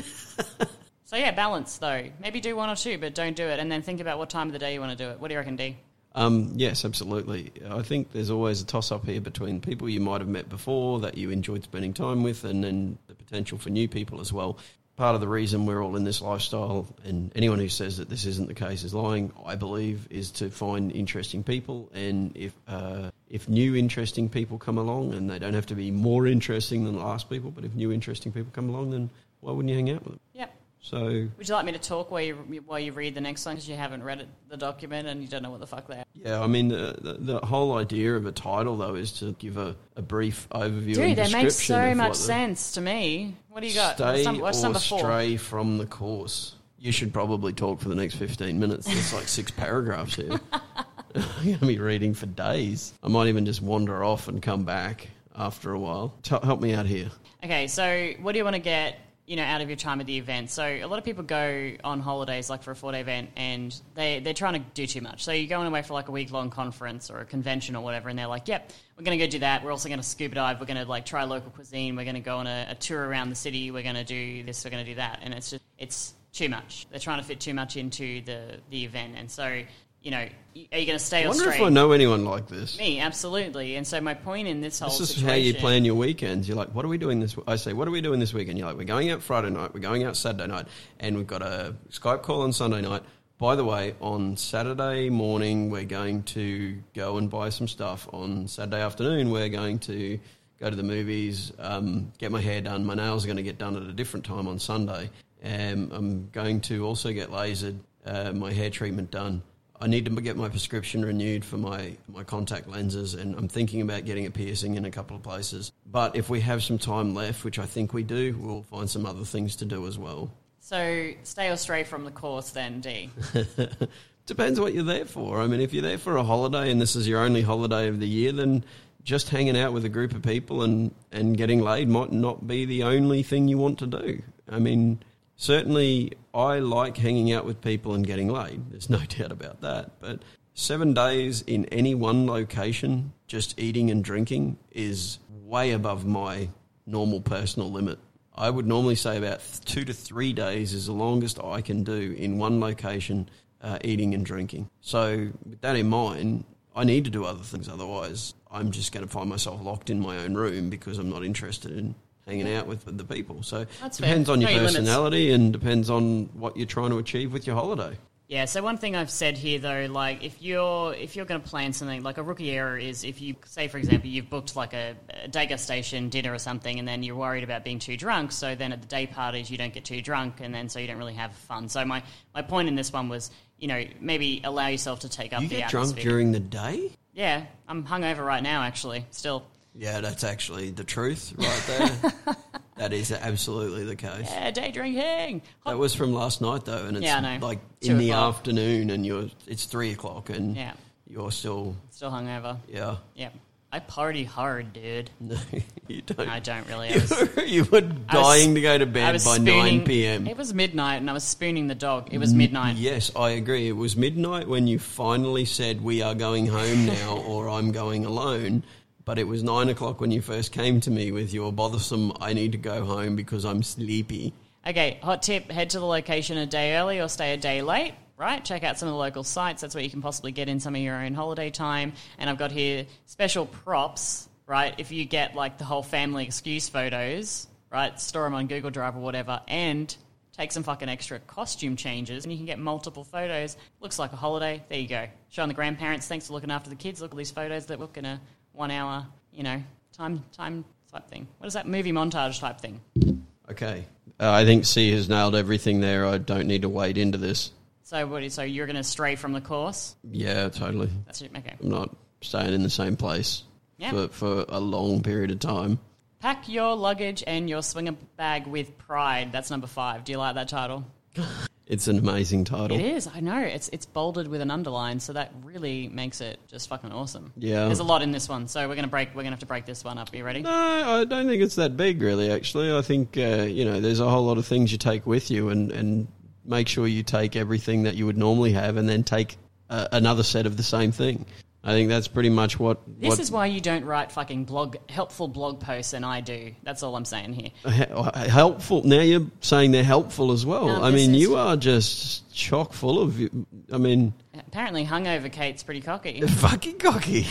[SPEAKER 1] so yeah, balance though. Maybe do one or two, but don't do it, and then think about what time of the day you want to do it. What do you reckon, D?
[SPEAKER 2] Um, yes, absolutely. I think there's always a toss-up here between people you might have met before that you enjoyed spending time with, and then the potential for new people as well. Part of the reason we're all in this lifestyle, and anyone who says that this isn't the case is lying. I believe is to find interesting people, and if uh, if new interesting people come along, and they don't have to be more interesting than the last people, but if new interesting people come along, then why wouldn't you hang out with them?
[SPEAKER 1] Yep.
[SPEAKER 2] So
[SPEAKER 1] Would you like me to talk while you while you read the next one because you haven't read it, the document and you don't know what the fuck they are?
[SPEAKER 2] Yeah, I mean, the, the, the whole idea of a title, though, is to give a, a brief overview
[SPEAKER 1] Dude,
[SPEAKER 2] and
[SPEAKER 1] that
[SPEAKER 2] description
[SPEAKER 1] makes so
[SPEAKER 2] of
[SPEAKER 1] much
[SPEAKER 2] what the-
[SPEAKER 1] sense to me. What do you got?
[SPEAKER 2] Stay
[SPEAKER 1] What's num- what's
[SPEAKER 2] or
[SPEAKER 1] number four?
[SPEAKER 2] stray from the course. You should probably talk for the next 15 minutes. There's like six paragraphs here. I'm going to be reading for days. I might even just wander off and come back. after a while. T- help me out here.
[SPEAKER 1] Okay, so what do you want to get, you know, out of your time at the event? So a lot of people go on holidays like for a four day event and they, they're trying to do too much. So you're going away for like a week long conference or a convention or whatever and they're like, Yep, we're gonna go do that. We're also gonna scuba dive, we're gonna like try local cuisine, we're gonna go on a, a tour around the city, we're gonna do this, we're gonna do that and it's just it's too much. They're trying to fit too much into the, the event and so you know, y- are you going to stay
[SPEAKER 2] I
[SPEAKER 1] on
[SPEAKER 2] wonder
[SPEAKER 1] straight?
[SPEAKER 2] if I know anyone like this.
[SPEAKER 1] Me, absolutely. And so my point in this whole
[SPEAKER 2] This is
[SPEAKER 1] situation,
[SPEAKER 2] how you plan your weekends. You're like, what are we doing this? I say, what are we doing this weekend? You're like, we're going out Friday night, we're going out Saturday night, and we've got a Skype call on Sunday night. By the way, on Saturday morning, we're going to go and buy some stuff. On Saturday afternoon, we're going to go to the movies, um, get my hair done. My nails are going to get done at a different time on Sunday. Um, I'm going to also get lasered, uh, my hair treatment done. I need to get my prescription renewed for my, my contact lenses, and I'm thinking about getting a piercing in a couple of places. But if we have some time left, which I think we do, we'll find some other things to do as well.
[SPEAKER 1] So stay or stray from the course, then D.
[SPEAKER 2] Depends what you're there for. I mean, if you're there for a holiday and this is your only holiday of the year, then just hanging out with a group of people and, and getting laid might not be the only thing you want to do. I mean, certainly I like hanging out with people and getting laid. There's no doubt about that. But seven days in any one location, just eating and drinking, is way above my normal personal limit. I would normally say about th- two to three days is the longest I can do in one location, uh, eating and drinking. So, with that in mind, I need to do other things. Otherwise, I'm just going to find myself locked in my own room because I'm not interested in hanging out with the people. So,
[SPEAKER 1] That's fair.
[SPEAKER 2] depends on your
[SPEAKER 1] Know your limits.
[SPEAKER 2] personality and depends on what you're trying to achieve with your holiday.
[SPEAKER 1] Yeah. So one thing I've said here though, like if you're if you're going to plan something, like a rookie error is if you say, for example, you've booked like a, a day gustation dinner or something, and then you're worried about being too drunk. So then at the day parties, you don't get too drunk, and then so you don't really have fun. So my my point in this one was, you know, maybe allow yourself to take up
[SPEAKER 2] You
[SPEAKER 1] the
[SPEAKER 2] get drunk
[SPEAKER 1] atmosphere.
[SPEAKER 2] during the day?
[SPEAKER 1] yeah, I'm hungover right now, actually. Still.
[SPEAKER 2] Yeah, that's actually the truth right there. that is absolutely the case.
[SPEAKER 1] Yeah, day drinking. Hot
[SPEAKER 2] That was from last night though, and it's
[SPEAKER 1] Yeah, I know.
[SPEAKER 2] like
[SPEAKER 1] Two
[SPEAKER 2] in the
[SPEAKER 1] o'clock.
[SPEAKER 2] afternoon, and you're it's three o'clock, and
[SPEAKER 1] Yeah.
[SPEAKER 2] you're still
[SPEAKER 1] Still hungover.
[SPEAKER 2] yeah.
[SPEAKER 1] Yeah. I party hard, dude.
[SPEAKER 2] No, you don't.
[SPEAKER 1] I don't really. I
[SPEAKER 2] You
[SPEAKER 1] was,
[SPEAKER 2] were, you were dying to go to
[SPEAKER 1] I
[SPEAKER 2] bed
[SPEAKER 1] was
[SPEAKER 2] by
[SPEAKER 1] spooning-
[SPEAKER 2] nine Mm. p.m.
[SPEAKER 1] It was midnight, and I was spooning the dog. It was midnight.
[SPEAKER 2] Yes, I agree. It was midnight when you finally said, "We are going home now," or "I'm going alone." But it was nine o'clock when you first came to me with your bothersome, "I need to go home because I'm sleepy."
[SPEAKER 1] Okay, hot tip: head to the location a day early or stay a day late. Right, check out some of the local sites. That's where you can possibly get in some of your own holiday time. And I've got here special props. Right, if you get like the whole family excuse photos, right, store them on Google Drive or whatever, and take some fucking extra costume changes, and you can get multiple photos. Looks like a holiday. There you go. Showing the grandparents. Thanks for looking after the kids. Look at these photos that look in a one-hour, you know, time time type thing. What is that movie montage type thing?
[SPEAKER 2] Okay, uh, I think C has nailed everything there. I don't need to wade into this.
[SPEAKER 1] So what? So you're going to stray from the course?
[SPEAKER 2] Yeah, totally.
[SPEAKER 1] That's it. Okay.
[SPEAKER 2] I'm not staying in the same place
[SPEAKER 1] Yeah.
[SPEAKER 2] for, for a long period of time.
[SPEAKER 1] Pack your luggage and your swinger bag with pride. That's number five. Do you like that title?
[SPEAKER 2] It's an amazing title.
[SPEAKER 1] It is. I know. It's it's bolded with an underline, so that really makes it just fucking awesome.
[SPEAKER 2] Yeah.
[SPEAKER 1] There's a lot in this one, so we're gonna break. We're gonna have to break this one up. Are you ready?
[SPEAKER 2] No, I don't think it's that big, really. Actually, I think uh, you know there's a whole lot of things you take with you, and and make sure you take everything that you would normally have, and then take uh, another set of the same thing. I think that's pretty much what.
[SPEAKER 1] This
[SPEAKER 2] what,
[SPEAKER 1] is why you don't write fucking blog helpful blog posts, and I do. That's all I'm saying here.
[SPEAKER 2] he- helpful. Now you're saying they're helpful as well.
[SPEAKER 1] No,
[SPEAKER 2] I
[SPEAKER 1] this
[SPEAKER 2] mean,
[SPEAKER 1] is-
[SPEAKER 2] you are just chock full of. I mean,
[SPEAKER 1] Apparently, hungover Kate's pretty cocky.
[SPEAKER 2] fucking cocky.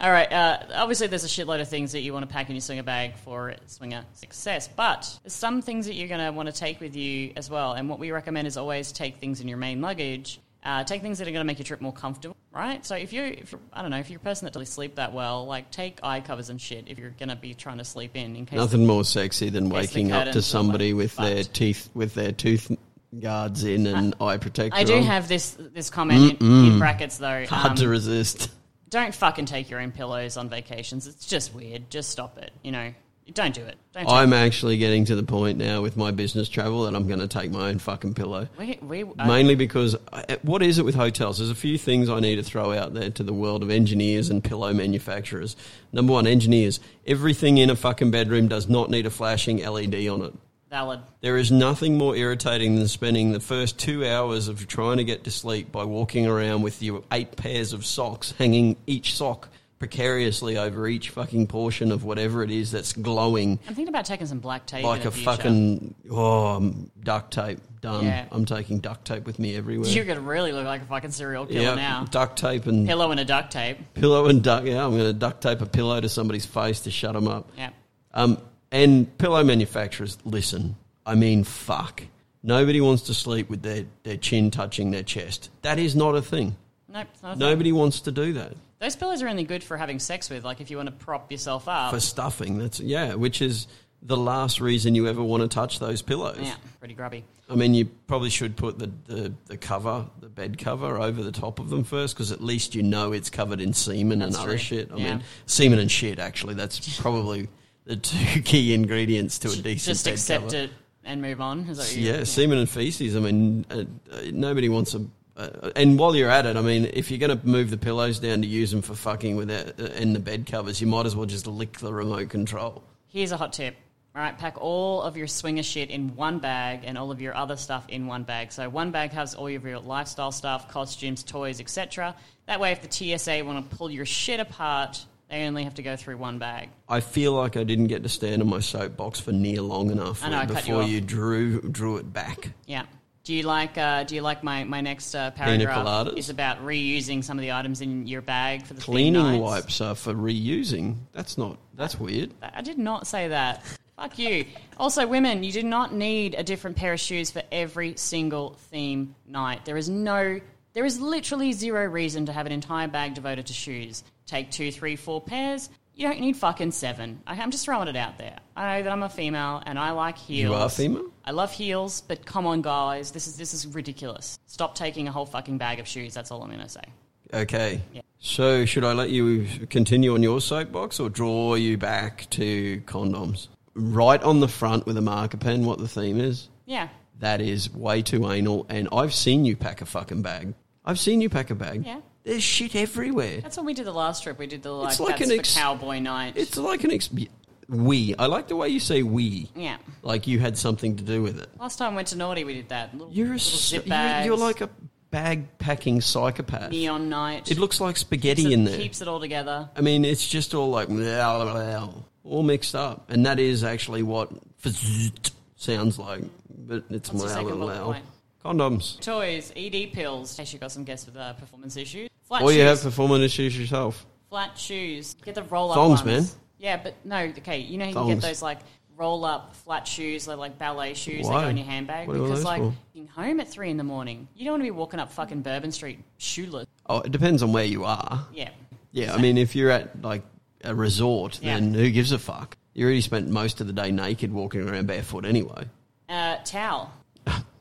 [SPEAKER 1] All right. Uh, obviously, there's a shitload of things that you want to pack in your swinger bag for swinger success, but there's some things that you're going to want to take with you as well. And what we recommend is always take things in your main luggage. Uh, take things that are going to make your trip more comfortable, right? So if you, if you're, I don't know, if you're a person that doesn't sleep that well, like take eye covers and shit if you're going to be trying to sleep in. In case
[SPEAKER 2] Nothing more sexy than
[SPEAKER 1] Yes, the
[SPEAKER 2] waking up
[SPEAKER 1] curtains
[SPEAKER 2] to
[SPEAKER 1] are
[SPEAKER 2] somebody
[SPEAKER 1] like
[SPEAKER 2] with their
[SPEAKER 1] fucked.
[SPEAKER 2] teeth with their tooth guards in and eye protector.
[SPEAKER 1] I do
[SPEAKER 2] on.
[SPEAKER 1] have this this comment in, in brackets though.
[SPEAKER 2] hard
[SPEAKER 1] um,
[SPEAKER 2] to resist.
[SPEAKER 1] don't fucking take your own pillows on vacations. It's just weird. Just stop it. You know, Don't do it. Don't. do
[SPEAKER 2] I'm actually getting to the point now with my business travel that I'm going to take my own fucking pillow.
[SPEAKER 1] it. We, uh, we,
[SPEAKER 2] Mainly because I- what is it with hotels? There's a few things I need to throw out there to the world of engineers and pillow manufacturers. Number one, engineers. Everything in a fucking bedroom does not need a flashing LED on it.
[SPEAKER 1] valid.
[SPEAKER 2] There is nothing more irritating than spending the first two hours of trying to get to sleep by walking around with your eight pairs of socks hanging each sock precariously over each fucking portion of whatever it is that's glowing
[SPEAKER 1] I'm thinking about taking some black tape.
[SPEAKER 2] like
[SPEAKER 1] in
[SPEAKER 2] a
[SPEAKER 1] the future.
[SPEAKER 2] fucking oh um, duct tape. Done.
[SPEAKER 1] Yeah.
[SPEAKER 2] I'm taking duct tape with me everywhere.
[SPEAKER 1] You could really look like a fucking serial killer
[SPEAKER 2] yeah,
[SPEAKER 1] now.
[SPEAKER 2] duct tape and
[SPEAKER 1] Pillow and a duct tape.
[SPEAKER 2] pillow and duct. Yeah, I'm going to duct tape a pillow to somebody's face to shut them up.
[SPEAKER 1] Yeah.
[SPEAKER 2] Um, and pillow manufacturers, listen. I mean, fuck. Nobody wants to sleep with their, their chin touching their chest. That is not a thing.
[SPEAKER 1] Nope. it's not a thing.
[SPEAKER 2] Nobody wants to do that
[SPEAKER 1] Those pillows are only good for having sex with. Like if you want to prop yourself up.
[SPEAKER 2] for stuffing. That's yeah, which is the last reason you ever want to touch those pillows.
[SPEAKER 1] yeah. Pretty grubby.
[SPEAKER 2] I mean, you probably should put the, the, the cover, the bed cover, over the top of them first, because at least you know it's covered in semen and
[SPEAKER 1] That's
[SPEAKER 2] other
[SPEAKER 1] true.
[SPEAKER 2] shit. I
[SPEAKER 1] Yeah.
[SPEAKER 2] mean, semen and shit, actually. That's probably the two key ingredients to a decent
[SPEAKER 1] Just
[SPEAKER 2] bed
[SPEAKER 1] accept
[SPEAKER 2] cover.
[SPEAKER 1] it and move on. Is that what you-
[SPEAKER 2] Yeah, semen and feces. I mean, uh, uh, nobody wants a. Uh, and while you're at it, I mean, if you're going to move the pillows down to use them for fucking without, uh, and the bed covers, you might as well just lick the remote control.
[SPEAKER 1] Here's a hot tip. All right, pack all of your swinger shit in one bag and all of your other stuff in one bag. So one bag has all of your lifestyle stuff, costumes, toys, etc. That way, if the TSA want to pull your shit apart, they only have to go through one bag.
[SPEAKER 2] I feel like I didn't get to stand on my soapbox for near long enough
[SPEAKER 1] I know, I cut you
[SPEAKER 2] before
[SPEAKER 1] off.
[SPEAKER 2] you drew drew it back.
[SPEAKER 1] Yeah. Do you like uh, Do you like my my next uh, paragraph?
[SPEAKER 2] coladas?
[SPEAKER 1] Is about reusing some of the items in your bag for the theme
[SPEAKER 2] cleaning
[SPEAKER 1] nights?
[SPEAKER 2] wipes are for reusing. That's not. That's weird.
[SPEAKER 1] I did not say that. Fuck you. Also, women, you do not need a different pair of shoes for every single theme night. There is no, there is literally zero reason to have an entire bag devoted to shoes. Take two, three, four pairs. You don't need fucking seven. I, I'm just throwing it out there. I know that I'm a female and I like heels.
[SPEAKER 2] You are female.
[SPEAKER 1] I love heels, but come on, guys, this is this is ridiculous. Stop taking a whole fucking bag of shoes. That's all I'm gonna say.
[SPEAKER 2] Okay.
[SPEAKER 1] Yeah.
[SPEAKER 2] So should I let you continue on your soapbox or draw you back to condoms? Right on the front with a marker pen, what the theme is.
[SPEAKER 1] Yeah,
[SPEAKER 2] That is way too anal, and I've seen you pack a fucking bag. I've seen you pack a bag.
[SPEAKER 1] Yeah.
[SPEAKER 2] There's shit everywhere.
[SPEAKER 1] that's when we did the last trip. We did the like,
[SPEAKER 2] It's like
[SPEAKER 1] that's
[SPEAKER 2] an
[SPEAKER 1] for
[SPEAKER 2] ex-
[SPEAKER 1] cowboy night.
[SPEAKER 2] It's like an ex. We. I like the way you say we.
[SPEAKER 1] yeah.
[SPEAKER 2] Like you had something to do with it.
[SPEAKER 1] Last time I went to Naughty, we did that. Little,
[SPEAKER 2] You're a.
[SPEAKER 1] little
[SPEAKER 2] s-
[SPEAKER 1] zip
[SPEAKER 2] You're,
[SPEAKER 1] bags,
[SPEAKER 2] you're like a bag packing psychopath.
[SPEAKER 1] neon night.
[SPEAKER 2] It looks like spaghetti
[SPEAKER 1] So it
[SPEAKER 2] in there.
[SPEAKER 1] Keeps it all together.
[SPEAKER 2] I mean, it's just all like blah, blah, blah, all mixed up, and that is actually what fzzzt sounds like. But
[SPEAKER 1] What's the
[SPEAKER 2] it's blah, blah,
[SPEAKER 1] second bullet
[SPEAKER 2] blah.
[SPEAKER 1] point?
[SPEAKER 2] Condoms,
[SPEAKER 1] Toys, ED pills. In case you got some guests with uh, performance issues. Flat
[SPEAKER 2] or
[SPEAKER 1] shoes.
[SPEAKER 2] you have performance issues yourself.
[SPEAKER 1] flat shoes. Get the roll up
[SPEAKER 2] Thongs,
[SPEAKER 1] ones. Yeah, but no. Okay, you know you can
[SPEAKER 2] Thongs.
[SPEAKER 1] get those like roll up flat shoes, they're like ballet shoes.
[SPEAKER 2] Why?
[SPEAKER 1] They go in your handbag
[SPEAKER 2] What are
[SPEAKER 1] because
[SPEAKER 2] those
[SPEAKER 1] like
[SPEAKER 2] for?
[SPEAKER 1] being home at three in the morning, you don't want to be walking up fucking Bourbon Street shoeless.
[SPEAKER 2] Oh, it depends on where you are.
[SPEAKER 1] Yeah.
[SPEAKER 2] Yeah, I mean, if you're at like a resort,
[SPEAKER 1] Yeah.
[SPEAKER 2] then who gives a fuck? You already spent most of the day naked walking around barefoot anyway.
[SPEAKER 1] Uh, towel.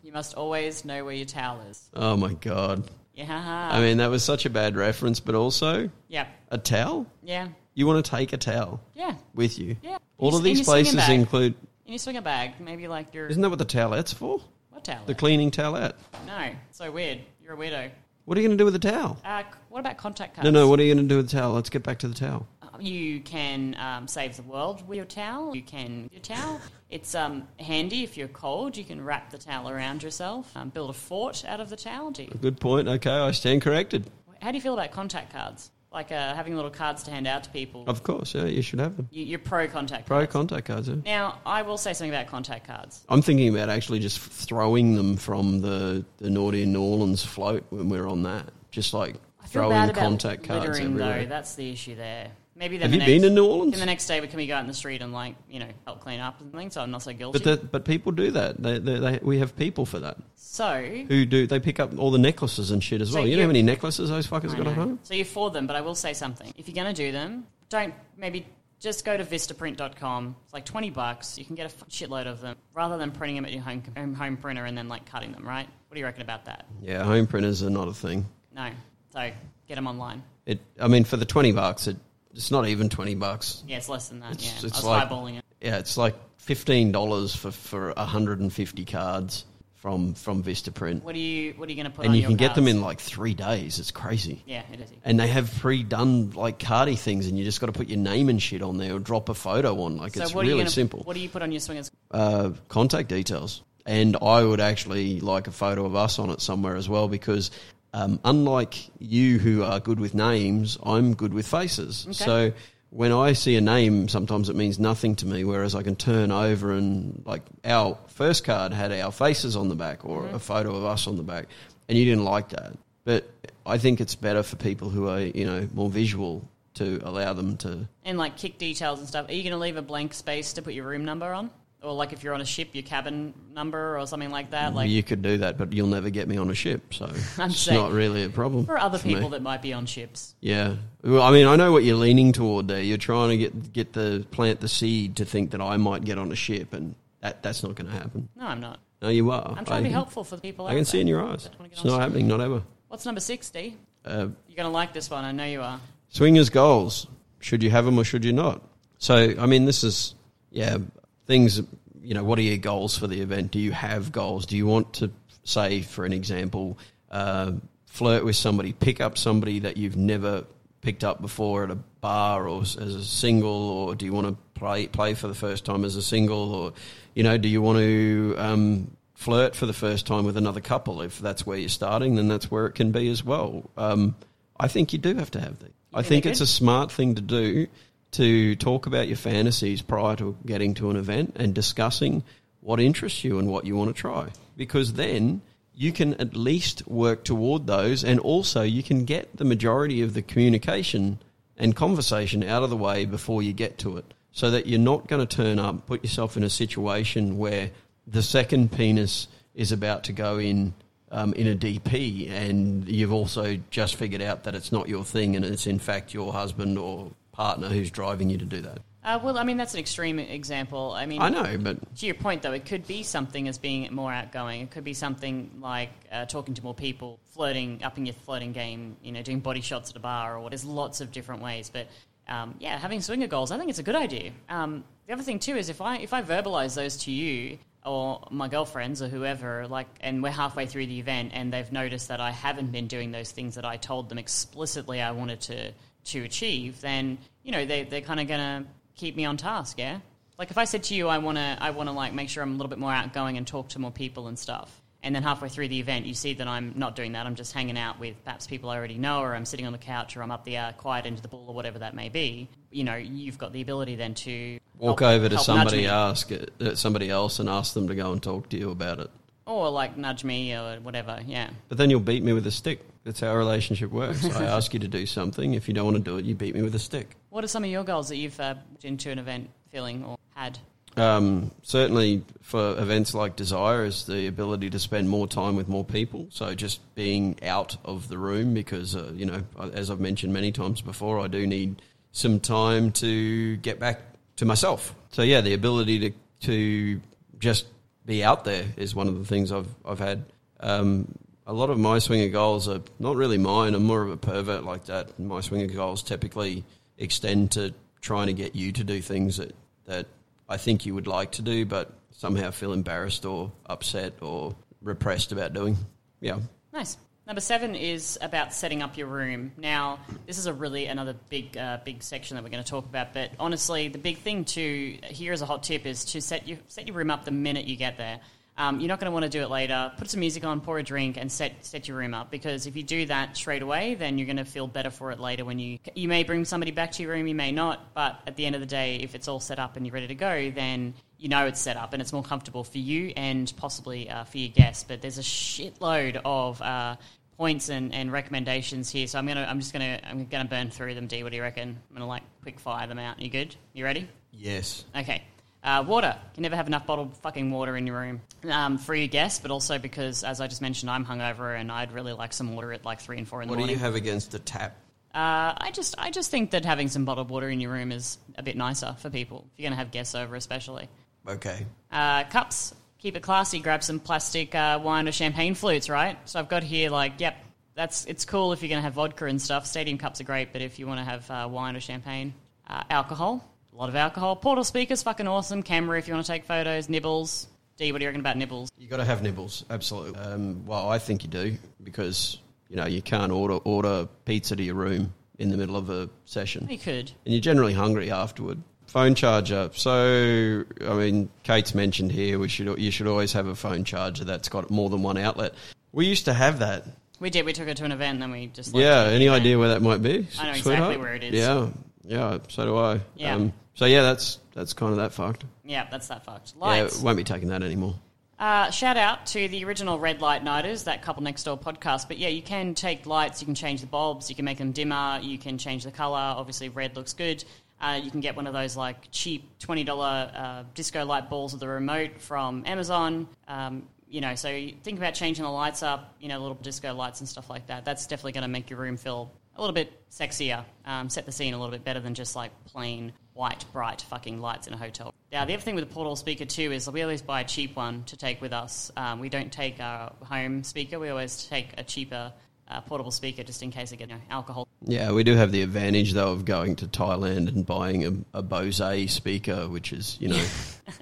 [SPEAKER 1] you must always know where your towel is.
[SPEAKER 2] Oh my god!
[SPEAKER 1] Yeah. ha, ha.
[SPEAKER 2] I mean, that was such a bad reference, but also
[SPEAKER 1] yeah.
[SPEAKER 2] a towel.
[SPEAKER 1] Yeah.
[SPEAKER 2] You want to take a towel
[SPEAKER 1] Yeah.
[SPEAKER 2] with you?
[SPEAKER 1] Yeah.
[SPEAKER 2] All of
[SPEAKER 1] In your
[SPEAKER 2] these
[SPEAKER 1] swinging
[SPEAKER 2] places
[SPEAKER 1] bag.
[SPEAKER 2] include.
[SPEAKER 1] In your swinger bag, maybe like your
[SPEAKER 2] Isn't that what the towellette's for?
[SPEAKER 1] what towel?
[SPEAKER 2] The cleaning towelette.
[SPEAKER 1] no, so weird. You're a weirdo.
[SPEAKER 2] What are you going to do with the towel?
[SPEAKER 1] Uh, c- what about contact cards?
[SPEAKER 2] No, no. What are you going to do with the towel? Let's get back to the towel.
[SPEAKER 1] Uh, You can um, save the world with your towel. You can your towel. It's um, handy if you're cold. You can wrap the towel around yourself. Um, build a fort out of the towel. Do you,
[SPEAKER 2] Good point. Okay, I stand corrected.
[SPEAKER 1] how do you feel about contact cards? Like uh, having little cards to hand out to people.
[SPEAKER 2] Of course, yeah, you should have them.
[SPEAKER 1] You, you're pro contact.
[SPEAKER 2] Pro
[SPEAKER 1] cards.
[SPEAKER 2] contact cards. Yeah.
[SPEAKER 1] Now, I will say something about contact cards.
[SPEAKER 2] I'm thinking about actually just throwing them from the the naughty New Orleans float when we're on that. Just like
[SPEAKER 1] I feel bad
[SPEAKER 2] throwing
[SPEAKER 1] about
[SPEAKER 2] contact cards
[SPEAKER 1] littering,
[SPEAKER 2] everywhere.
[SPEAKER 1] though. That's the issue there. Maybe then
[SPEAKER 2] have
[SPEAKER 1] the
[SPEAKER 2] you
[SPEAKER 1] next,
[SPEAKER 2] been to New
[SPEAKER 1] Then
[SPEAKER 2] Orleans?
[SPEAKER 1] the next day, we can we go out in the street and like you know help clean up and things? So I'm not so guilty.
[SPEAKER 2] But that, but people do that. They, they, they, we have people for that
[SPEAKER 1] so
[SPEAKER 2] who do. They pick up all the necklaces and shit as
[SPEAKER 1] So
[SPEAKER 2] well. You know
[SPEAKER 1] you-
[SPEAKER 2] how many necklaces those fuckers
[SPEAKER 1] I
[SPEAKER 2] got at
[SPEAKER 1] know.
[SPEAKER 2] home?
[SPEAKER 1] so you're for them, but I will say something. If you're going to do them, don't maybe just go to Vistaprint.com. It's like 20 bucks. You can get a f- shitload of them rather than printing them at your home home, home printer and then like cutting them. Right? What do you reckon about that?
[SPEAKER 2] Yeah, home printers are not a thing.
[SPEAKER 1] No. So get them online.
[SPEAKER 2] It. I mean, for the twenty bucks, it, it's not even twenty bucks.
[SPEAKER 1] Yeah, it's less than that.
[SPEAKER 2] It's-
[SPEAKER 1] yeah,
[SPEAKER 2] it's
[SPEAKER 1] I was
[SPEAKER 2] like-
[SPEAKER 1] eyeballing it.
[SPEAKER 2] yeah, it's like fifteen dollars for for hundred and fifty cards from from Vistaprint,
[SPEAKER 1] What are you What are you going to put?
[SPEAKER 2] and
[SPEAKER 1] on
[SPEAKER 2] you
[SPEAKER 1] your
[SPEAKER 2] can get them
[SPEAKER 1] cards?
[SPEAKER 2] in like three days. It's crazy.
[SPEAKER 1] Yeah, it is.
[SPEAKER 2] And they have pre-done like cardy things, and you just got to put your name and shit on there, or drop a photo on. Like
[SPEAKER 1] so
[SPEAKER 2] it's
[SPEAKER 1] what are
[SPEAKER 2] really
[SPEAKER 1] you gonna,
[SPEAKER 2] simple.
[SPEAKER 1] What do you put on your swingers?
[SPEAKER 2] uh, contact details. And I would actually like a photo of us on it somewhere as well because um, unlike you who are good with names, I'm good with faces. So when I see a name, sometimes it means nothing to me, whereas I can turn over and like our first card had our faces on the back or a photo of us on the back, and you didn't like that. But I think it's better for people who are, you know, more visual to allow them to
[SPEAKER 1] and like kick details and stuff. Are you going to leave a blank space to put your room number on, or like if you're on a ship, your cabin number or something like that? Like
[SPEAKER 2] you could do that, but you'll never get me on a ship, so it's
[SPEAKER 1] saying-
[SPEAKER 2] not really a problem
[SPEAKER 1] for other
[SPEAKER 2] me.
[SPEAKER 1] people that might be on ships.
[SPEAKER 2] Yeah, well, I mean, I know what you're leaning toward there. You're trying to get get the plant the seed to think that I might get on a ship, and that that's not going to happen.
[SPEAKER 1] No, I'm not.
[SPEAKER 2] No, you are.
[SPEAKER 1] I'm trying to
[SPEAKER 2] I-
[SPEAKER 1] be helpful for the people.
[SPEAKER 2] I can
[SPEAKER 1] out
[SPEAKER 2] see
[SPEAKER 1] there.
[SPEAKER 2] in your eyes.
[SPEAKER 1] Just wanna get
[SPEAKER 2] It's
[SPEAKER 1] on
[SPEAKER 2] not
[SPEAKER 1] ship.
[SPEAKER 2] happening. Not ever.
[SPEAKER 1] What's number six, D?
[SPEAKER 2] Uh,
[SPEAKER 1] You're going to like this one. I know you are.
[SPEAKER 2] swingers goals should you have them or should you not so i mean this is yeah things you know what are your goals for the event do you have goals do you want to say for an example uh, flirt with somebody pick up somebody that you've never picked up before at a bar or s- as a single or do you want to play play for the first time as a single or you know do you want to um, flirt for the first time with another couple if that's where you're starting then that's where it can be as well um, I think you do have to have these. I
[SPEAKER 1] think
[SPEAKER 2] think
[SPEAKER 1] they
[SPEAKER 2] it's
[SPEAKER 1] do?
[SPEAKER 2] a smart thing to do to talk about your fantasies prior to getting to an event and discussing what interests you and what you want to try. Because then you can at least work toward those and also you can get the majority of the communication and conversation out of the way before you get to it so that you're not going to turn up, put yourself in a situation where the second penis is about to go in um, in a DP, and you've also just figured out that it's not your thing, and it's in fact your husband or partner who's driving you to do that.
[SPEAKER 1] Uh, well, I mean that's an extreme example. I mean,
[SPEAKER 2] I know, but
[SPEAKER 1] to your point though, it could be something as being more outgoing. It could be something like uh, talking to more people, flirting, upping your flirting game. You know, doing body shots at a bar or what. There's lots of different ways, but um, yeah, having swinger goals, I think it's a good idea. Um, the other thing too is if I if I verbalize those to you or my girlfriends or whoever, like, and we're halfway through the event and they've noticed that I haven't been doing those things that I told them explicitly I wanted to to achieve, then you know they they're kind of gonna keep me on task, yeah. Like if I said to you, I wanna, I wanna like make sure I'm a little bit more outgoing and talk to more people and stuff. And then halfway through the event, you see that I'm not doing that. I'm just hanging out with perhaps people I already know, or I'm sitting on the couch, or I'm up the uh, quiet end of the pool, or whatever that may be. You know, you've got the ability then to
[SPEAKER 2] walk
[SPEAKER 1] help-
[SPEAKER 2] over to
[SPEAKER 1] help nudge
[SPEAKER 2] somebody
[SPEAKER 1] me.
[SPEAKER 2] ask uh, somebody else and ask them to go and talk to you about it.
[SPEAKER 1] or "Oh, like nudge me or whatever. Yeah,
[SPEAKER 2] But then you'll beat me with a stick. That's how our relationship works. I ask you to do something. If you don't want to do it, you beat me with a stick.
[SPEAKER 1] what are some of your goals that you've uh, been to an event feeling or had?
[SPEAKER 2] Um, certainly, for events like Desire, is the ability to spend more time with more people. So just being out of the room because, uh, you know, as I've mentioned many times before, I do need some time to get back to myself. So yeah, the ability to to just be out there is one of the things I've I've had. Um, a lot of my swinger goals are not really mine. I'm more of a pervert like that. My swinger goals typically extend to trying to get you to do things that that I think you would like to do, but somehow feel embarrassed or upset or repressed about doing. Yeah.
[SPEAKER 1] Nice. Number seven is about setting up your room. Now, this is a really another big, uh, big section that we're going to talk about. But honestly, the big thing to here is a hot tip is to set your set your room up the minute you get there. Um, you're not going to want to do it later. Put some music on, pour a drink, and set set your room up because if you do that straight away, then you're going to feel better for it later. When you you may bring somebody back to your room, you may not. But at the end of the day, if it's all set up and you're ready to go, then you know it's set up and it's more comfortable for you and possibly uh, for your guests. But there's a shitload of uh, points and, and recommendations here, so I'm gonna I'm just gonna I'm gonna burn through them. D, what do you reckon? I'm gonna like quick fire them out. You good? You ready?
[SPEAKER 2] Yes.
[SPEAKER 1] Okay. Uh, water. You can never have enough bottled fucking water in your room um, for your guests, but also because, as I just mentioned, I'm hungover and I'd really like some water at like three and four in
[SPEAKER 2] What
[SPEAKER 1] the
[SPEAKER 2] do
[SPEAKER 1] morning.
[SPEAKER 2] you have against the tap?
[SPEAKER 1] Uh, I just, I just think that having some bottled water in your room is a bit nicer for people. If you're going to have guests over, especially.
[SPEAKER 2] Okay.
[SPEAKER 1] Uh, cups. Keep it classy. Grab some plastic uh, wine or champagne flutes, right? So I've got here like, yep, that's it's cool if you're going to have vodka and stuff. Stadium cups are great, but if you want to have uh, wine or champagne, uh, alcohol. a lot of alcohol. Portal speakers, fucking awesome. Camera if you want to take photos. Nibbles. D, what do you reckon about nibbles?
[SPEAKER 2] You got to have nibbles, absolutely. Um, well, I think you do because you know you can't order order pizza to your room in the middle of a session,
[SPEAKER 1] You could.
[SPEAKER 2] and you're generally hungry afterward. Phone charger. So, I mean, Kate's mentioned here we should you should always have a phone charger that's got more than one outlet. We used to have that.
[SPEAKER 1] We did. We took it to an event, and then we just like,
[SPEAKER 2] Yeah.
[SPEAKER 1] took it
[SPEAKER 2] Any
[SPEAKER 1] to an
[SPEAKER 2] idea
[SPEAKER 1] event.
[SPEAKER 2] where that might be?
[SPEAKER 1] I know exactly
[SPEAKER 2] sweetheart?
[SPEAKER 1] where it is.
[SPEAKER 2] Yeah. Yeah. So do I. Um,
[SPEAKER 1] Yeah.
[SPEAKER 2] so yeah, that's that's kind of that fucked.
[SPEAKER 1] Yeah, that's that fucked.
[SPEAKER 2] Yeah,
[SPEAKER 1] Lights.
[SPEAKER 2] won't be taking that anymore.
[SPEAKER 1] Uh, shout out to the original Red Light Nighters, that Couple Next Door podcast. But yeah, you can take lights, you can change the bulbs, you can make them dimmer, you can change the color. Obviously, red looks good. Uh, you can get one of those like cheap twenty dollar uh, disco light balls with a remote from Amazon. Um, you know, so you think about changing the lights up. You know, little disco lights and stuff like that. That's definitely going to make your room feel a little bit sexier, um, set the scene a little bit better than just like plain white, bright fucking lights in a hotel. Now, the other thing with the portable speaker too is we always buy a cheap one to take with us. Um, we don't take our home speaker, we always take a cheaper uh, portable speaker just in case I get you know, alcohol.
[SPEAKER 2] Yeah, we do have the advantage though of going to Thailand and buying a, a Bose speaker, which is you know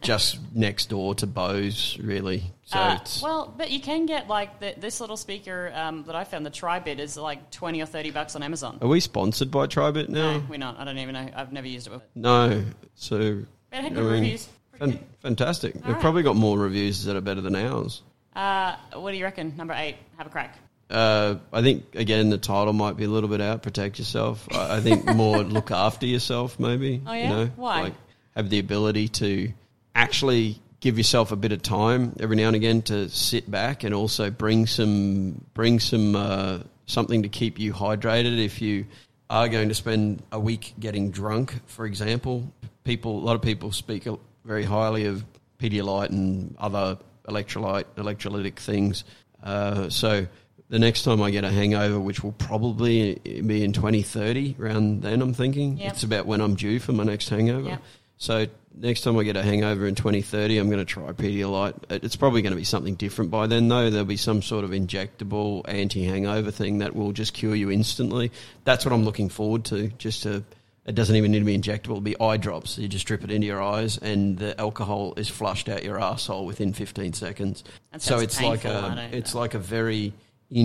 [SPEAKER 2] just next door to Bose, really. So
[SPEAKER 1] Uh,
[SPEAKER 2] it's
[SPEAKER 1] well, but you can get like the, this little speaker um, that I found, the Tribit, is like 20 or 30 bucks on Amazon.
[SPEAKER 2] are we sponsored by Tribit now?
[SPEAKER 1] No, we're not. I don't even know. I've never used it. Before.
[SPEAKER 2] No, so
[SPEAKER 1] But it had
[SPEAKER 2] I
[SPEAKER 1] good
[SPEAKER 2] mean,
[SPEAKER 1] reviews.
[SPEAKER 2] fan- fantastic. They've
[SPEAKER 1] right.
[SPEAKER 2] probably got more reviews that are better than ours.
[SPEAKER 1] Uh, what do you reckon? Number eight, have a crack.
[SPEAKER 2] Uh, I think again the title might be a little bit out. Protect yourself. I, I think more look after yourself. Maybe.
[SPEAKER 1] Oh, yeah? Why?
[SPEAKER 2] Like have the ability to actually give yourself a bit of time every now and again to sit back and also bring some bring some uh, something to keep you hydrated if you are going to spend a week getting drunk for example people a lot of people speak a- very highly of pedialyte and other electrolyte electrolytic things uh, so the next time I get a hangover, which will probably be in 2030, around then I'm thinking,
[SPEAKER 1] Yep.
[SPEAKER 2] it's about when I'm due for my next hangover.
[SPEAKER 1] Yep.
[SPEAKER 2] So next time I get a hangover in 2030, I'm going to try Pedialyte. It- It's probably going to be something different by then, though. There'll be some sort of injectable anti-hangover thing that will just cure you instantly. That's what I'm looking forward to. Just to, it doesn't even need to be injectable. It'll be eye drops. You just drip it into your eyes, and the alcohol is flushed out your asshole within 15 seconds.
[SPEAKER 1] That
[SPEAKER 2] So
[SPEAKER 1] sounds
[SPEAKER 2] it's like
[SPEAKER 1] painful, I
[SPEAKER 2] a,
[SPEAKER 1] don't
[SPEAKER 2] it's
[SPEAKER 1] know.
[SPEAKER 2] like a very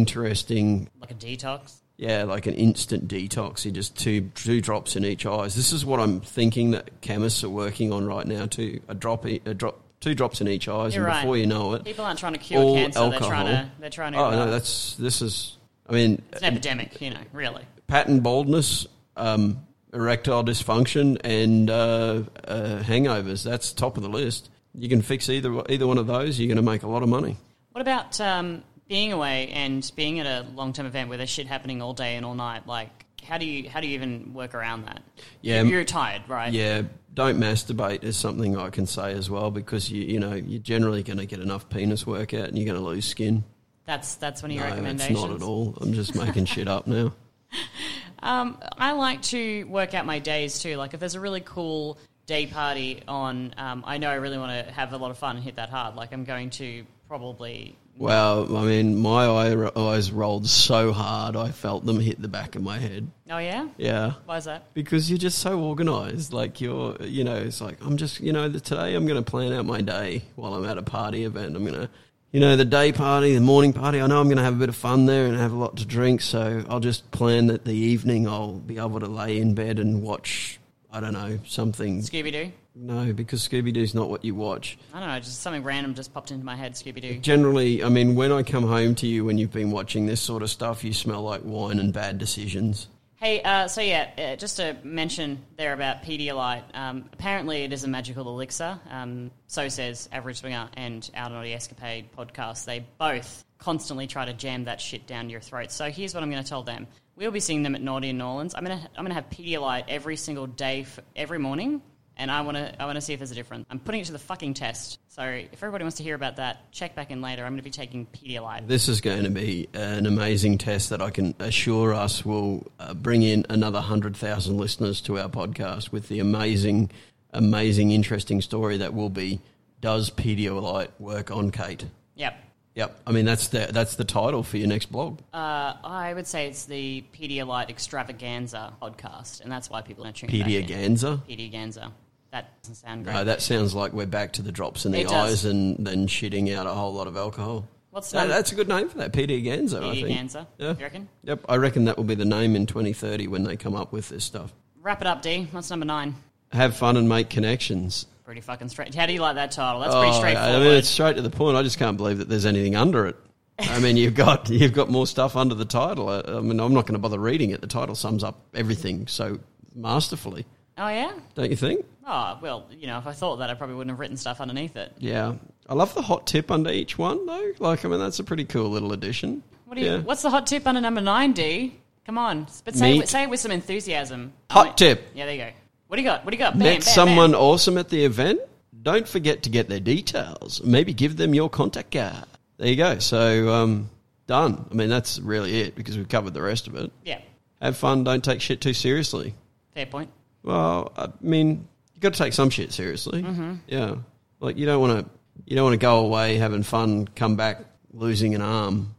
[SPEAKER 2] interesting
[SPEAKER 1] Like a detox.
[SPEAKER 2] yeah, like an instant detox. You just two two drops in each eyes. This is what I'm thinking that chemists are working on right now. Too a drop, e- a drop, two drops in each eyes,
[SPEAKER 1] You're
[SPEAKER 2] and
[SPEAKER 1] right.
[SPEAKER 2] before you know it,
[SPEAKER 1] People aren't trying to cure
[SPEAKER 2] all
[SPEAKER 1] cancer.
[SPEAKER 2] alcohol.
[SPEAKER 1] They're trying to. They're trying to.
[SPEAKER 2] oh no, that's this is. I mean,
[SPEAKER 1] it's an epidemic, you know. Really.
[SPEAKER 2] patent baldness, um, erectile dysfunction, and uh, uh, hangovers. That's top of the list. You can fix either either one of those. You're going to make a lot of money.
[SPEAKER 1] What about um, being away and being at a long-term event where there's shit happening all day and all night? Like, how do you how do you even work around that?
[SPEAKER 2] Yeah.
[SPEAKER 1] you're, you're tired, right?
[SPEAKER 2] Yeah, don't masturbate is something I can say as well because you you know you're generally going to get enough penis work out and you're going to lose skin.
[SPEAKER 1] That's that's one of your
[SPEAKER 2] No, it's
[SPEAKER 1] recommendations.
[SPEAKER 2] not at all. I'm just making shit up now.
[SPEAKER 1] Um, I like to work out my days too. Like if there's a really cool day party on, um, I know I really want to have a lot of fun and hit that hard. Like I'm going to probably.
[SPEAKER 2] Wow, I mean, my eye, eyes rolled so hard I felt them hit the back of my head.
[SPEAKER 1] Oh yeah,
[SPEAKER 2] Yeah.
[SPEAKER 1] why is that?
[SPEAKER 2] Because you're just so organized. Like, you're, you know, it's like, I'm just, you know, the, today I'm going to plan out my day while I'm at a party event. I'm going to, you know, the day party, the morning party, I know I'm going to have a bit of fun there and have a lot to drink. So I'll just plan that the evening I'll be able to lay in bed and watch, I don't know, something.
[SPEAKER 1] Scooby Doo.
[SPEAKER 2] No, because Scooby Doo's not what you watch.
[SPEAKER 1] I don't know. Just something random just popped into my head. Scooby Doo.
[SPEAKER 2] Generally, I mean, when I come home to you when you've been watching this sort of stuff, you smell like wine and bad decisions.
[SPEAKER 1] Hey, uh, so yeah, uh, just to mention there about Pedialyte. Um, apparently, it is a magical elixir. Um, so says Average Swinger and Out on the Escapade podcast. They both constantly try to jam that shit down your throat. So here's what I'm going to tell them. We'll be seeing them at Naughty and Orleans. I'm going to I'm going to have Pedialyte every single day, f every morning, and I want to I want to see if there's a difference. I'm putting it to the fucking test. So if everybody wants to hear about that, check back in later. I'm going to be taking Pedialyte.
[SPEAKER 2] This is going to be an amazing test that I can assure us will uh, bring in another 100,000 listeners to our podcast with the amazing, amazing, interesting story that will be Does Pedialyte work on Kate?
[SPEAKER 1] Yep.
[SPEAKER 2] Yep. I mean, that's the that's the title for your next blog.
[SPEAKER 1] Uh, I would say it's the Pedialyte Extravaganza podcast, and that's why people are tuning back in.
[SPEAKER 2] Pediaganza.
[SPEAKER 1] Pediaganza. That doesn't sound great.
[SPEAKER 2] No, that sounds like we're back to the drops in the
[SPEAKER 1] It
[SPEAKER 2] eyes
[SPEAKER 1] does.
[SPEAKER 2] and then shitting out a whole lot of alcohol.
[SPEAKER 1] What's
[SPEAKER 2] that?
[SPEAKER 1] that-
[SPEAKER 2] That's a good name for that. Pediaganza. I think.
[SPEAKER 1] Pediaganza,
[SPEAKER 2] Yeah.
[SPEAKER 1] you reckon?
[SPEAKER 2] Yep. I reckon that will be the name in 2030 when they come up with this stuff.
[SPEAKER 1] Wrap it up, D. What's number nine?
[SPEAKER 2] Have fun and make connections.
[SPEAKER 1] Pretty fucking straight. How do you like that title? That's pretty
[SPEAKER 2] Oh,
[SPEAKER 1] straightforward.
[SPEAKER 2] I mean, it's straight to the point. I just can't believe that there's anything under it. I mean, you've got you've got more stuff under the title. I, I mean, I'm not going to bother reading it. The title sums up everything so masterfully,
[SPEAKER 1] oh yeah.
[SPEAKER 2] don't you think?
[SPEAKER 1] Oh well, you know, if I thought that, I probably wouldn't have written stuff underneath it.
[SPEAKER 2] Yeah, I love the hot tip under each one though. Like, I mean, that's a pretty cool little addition.
[SPEAKER 1] What do you?
[SPEAKER 2] Yeah.
[SPEAKER 1] What's the hot tip under number nine, D? Come on, but say, it
[SPEAKER 2] Meet-
[SPEAKER 1] with- say it with some enthusiasm.
[SPEAKER 2] Hot
[SPEAKER 1] Oh, wait.
[SPEAKER 2] tip.
[SPEAKER 1] Yeah, there you go. What do you got? What do you got? Bam,
[SPEAKER 2] Met
[SPEAKER 1] bam,
[SPEAKER 2] someone
[SPEAKER 1] Bam.
[SPEAKER 2] awesome at the event? Don't forget to get their details. Maybe give them your contact card. There you go. So um, done. I mean, that's really it because we've covered the rest of it.
[SPEAKER 1] Yeah,
[SPEAKER 2] Have fun. Don't take shit too seriously.
[SPEAKER 1] fair point.
[SPEAKER 2] Well, I mean, you got to take some shit seriously. Mm-hmm. Yeah, like you don't want to you don't want to go away having fun, come back losing an arm.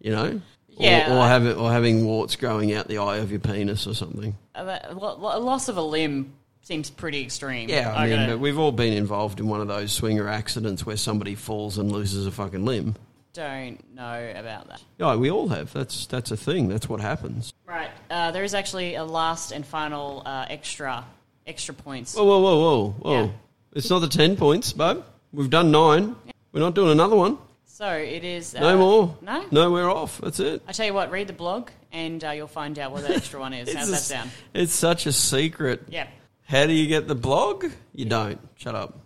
[SPEAKER 2] you know,
[SPEAKER 1] Yeah.
[SPEAKER 2] or, or have it, or having warts growing out the eye of your penis or something.
[SPEAKER 1] Uh, that- lo- lo- A loss of a limb seems pretty extreme.
[SPEAKER 2] Yeah, I
[SPEAKER 1] I
[SPEAKER 2] mean,
[SPEAKER 1] gotta-
[SPEAKER 2] but we've all been involved in one of those swinger accidents where somebody falls and loses a fucking limb.
[SPEAKER 1] don't know about that.
[SPEAKER 2] Yeah, we all have. That's that's a thing. That's what happens.
[SPEAKER 1] Right, uh, there is actually a last and final uh, extra extra points.
[SPEAKER 2] Whoa, whoa, whoa, whoa, whoa!
[SPEAKER 1] Yeah.
[SPEAKER 2] It's not the ten points, babe. We've done nine. We're not doing another one.
[SPEAKER 1] so it is uh,
[SPEAKER 2] No more.
[SPEAKER 1] No,
[SPEAKER 2] No, we're off. That's it.
[SPEAKER 1] I tell you what, read the blog and uh, you'll find out what that extra one is. How's that
[SPEAKER 2] a-
[SPEAKER 1] sound?
[SPEAKER 2] It's such a secret.
[SPEAKER 1] Yeah.
[SPEAKER 2] How do you get the blog? You don't. Shut up.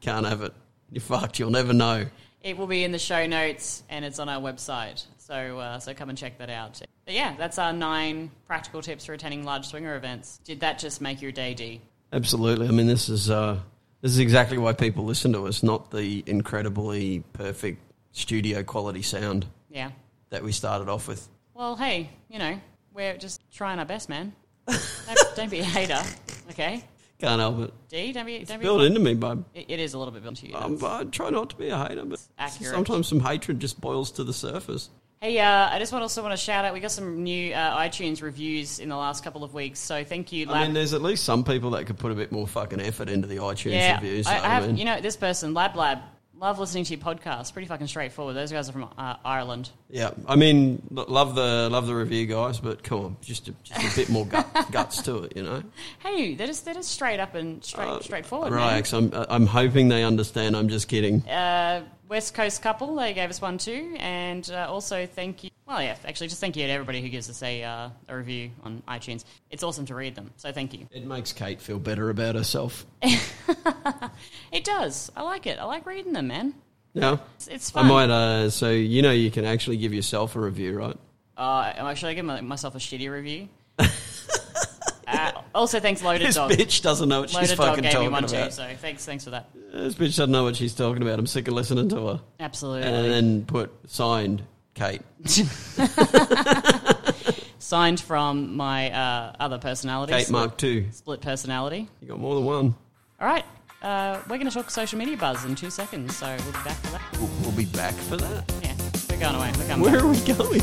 [SPEAKER 2] Can't have it. You're fucked. You'll never know.
[SPEAKER 1] It will be in the show notes and it's on our website. So, uh, so come and check that out. But yeah, that's our nine practical tips for attending large swinger events. Did that just make your day, D?
[SPEAKER 2] Absolutely. I mean, this is uh, this is exactly why people listen to us, not the incredibly perfect studio quality sound
[SPEAKER 1] Yeah.
[SPEAKER 2] that we started off with.
[SPEAKER 1] Well, hey, you know, we're just trying our best, man. Don't, don't be a hater, okay?
[SPEAKER 2] Can't help it.
[SPEAKER 1] D, don't be. Don't be
[SPEAKER 2] Built into me, babe.
[SPEAKER 1] It, it is a little bit built to you.
[SPEAKER 2] Um, I try not to be a hater, but
[SPEAKER 1] accurate.
[SPEAKER 2] sometimes some hatred just boils to the surface.
[SPEAKER 1] Hey, uh, I just want also want to shout out. We got some new uh, iTunes reviews in the last couple of weeks, so thank you.
[SPEAKER 2] I
[SPEAKER 1] Lab-
[SPEAKER 2] mean, there's at least some people that could put a bit more fucking effort into the iTunes
[SPEAKER 1] Yeah,
[SPEAKER 2] reviews.
[SPEAKER 1] I, I
[SPEAKER 2] though,
[SPEAKER 1] have.
[SPEAKER 2] mean.
[SPEAKER 1] You know, this person, Lab Lab, love listening to your podcast. Pretty fucking straightforward. Those guys are from uh, Ireland.
[SPEAKER 2] yeah, I mean, lo- love the love the review, guys, but come on, just a, just a bit more gut, guts to it, you know.
[SPEAKER 1] Hey, they're just they're just straight up and straight
[SPEAKER 2] Uh,
[SPEAKER 1] straightforward.
[SPEAKER 2] Relax. I'm uh, I'm hoping they understand. I'm just kidding.
[SPEAKER 1] Man. Uh, West Coast couple, they gave us one too, and uh, also thank you. Well, yeah, actually, just thank you to everybody who gives us a uh, a review on iTunes. It's awesome to read them, so thank you.
[SPEAKER 2] It makes Kate feel better about herself.
[SPEAKER 1] It does. I like it. I like reading them, man.
[SPEAKER 2] Yeah.
[SPEAKER 1] It's, it's
[SPEAKER 2] I
[SPEAKER 1] fun.
[SPEAKER 2] might. Uh, so you know, you can actually give yourself a review, right?
[SPEAKER 1] Uh, am I- should I give my, myself a shitty review? uh, also, thanks, Loaded
[SPEAKER 2] This
[SPEAKER 1] Dog.
[SPEAKER 2] bitch doesn't know what she's
[SPEAKER 1] Loaded Dog
[SPEAKER 2] fucking
[SPEAKER 1] gave me
[SPEAKER 2] talking
[SPEAKER 1] one
[SPEAKER 2] about.
[SPEAKER 1] too, so thanks, thanks for that.
[SPEAKER 2] This bitch doesn't know what she's talking about. I'm sick of listening to her. And
[SPEAKER 1] Absolutely.
[SPEAKER 2] then put signed Kate.
[SPEAKER 1] Signed from my uh, other personality,
[SPEAKER 2] Kate
[SPEAKER 1] split,
[SPEAKER 2] Mark Two.
[SPEAKER 1] split personality.
[SPEAKER 2] You got more than one.
[SPEAKER 1] All right, uh, we're going to talk social media buzz in two seconds, so we'll be back for that.
[SPEAKER 2] We'll, we'll be back for that.
[SPEAKER 1] Yeah, we're going away. We're coming
[SPEAKER 2] Where
[SPEAKER 1] back.
[SPEAKER 2] are we going? what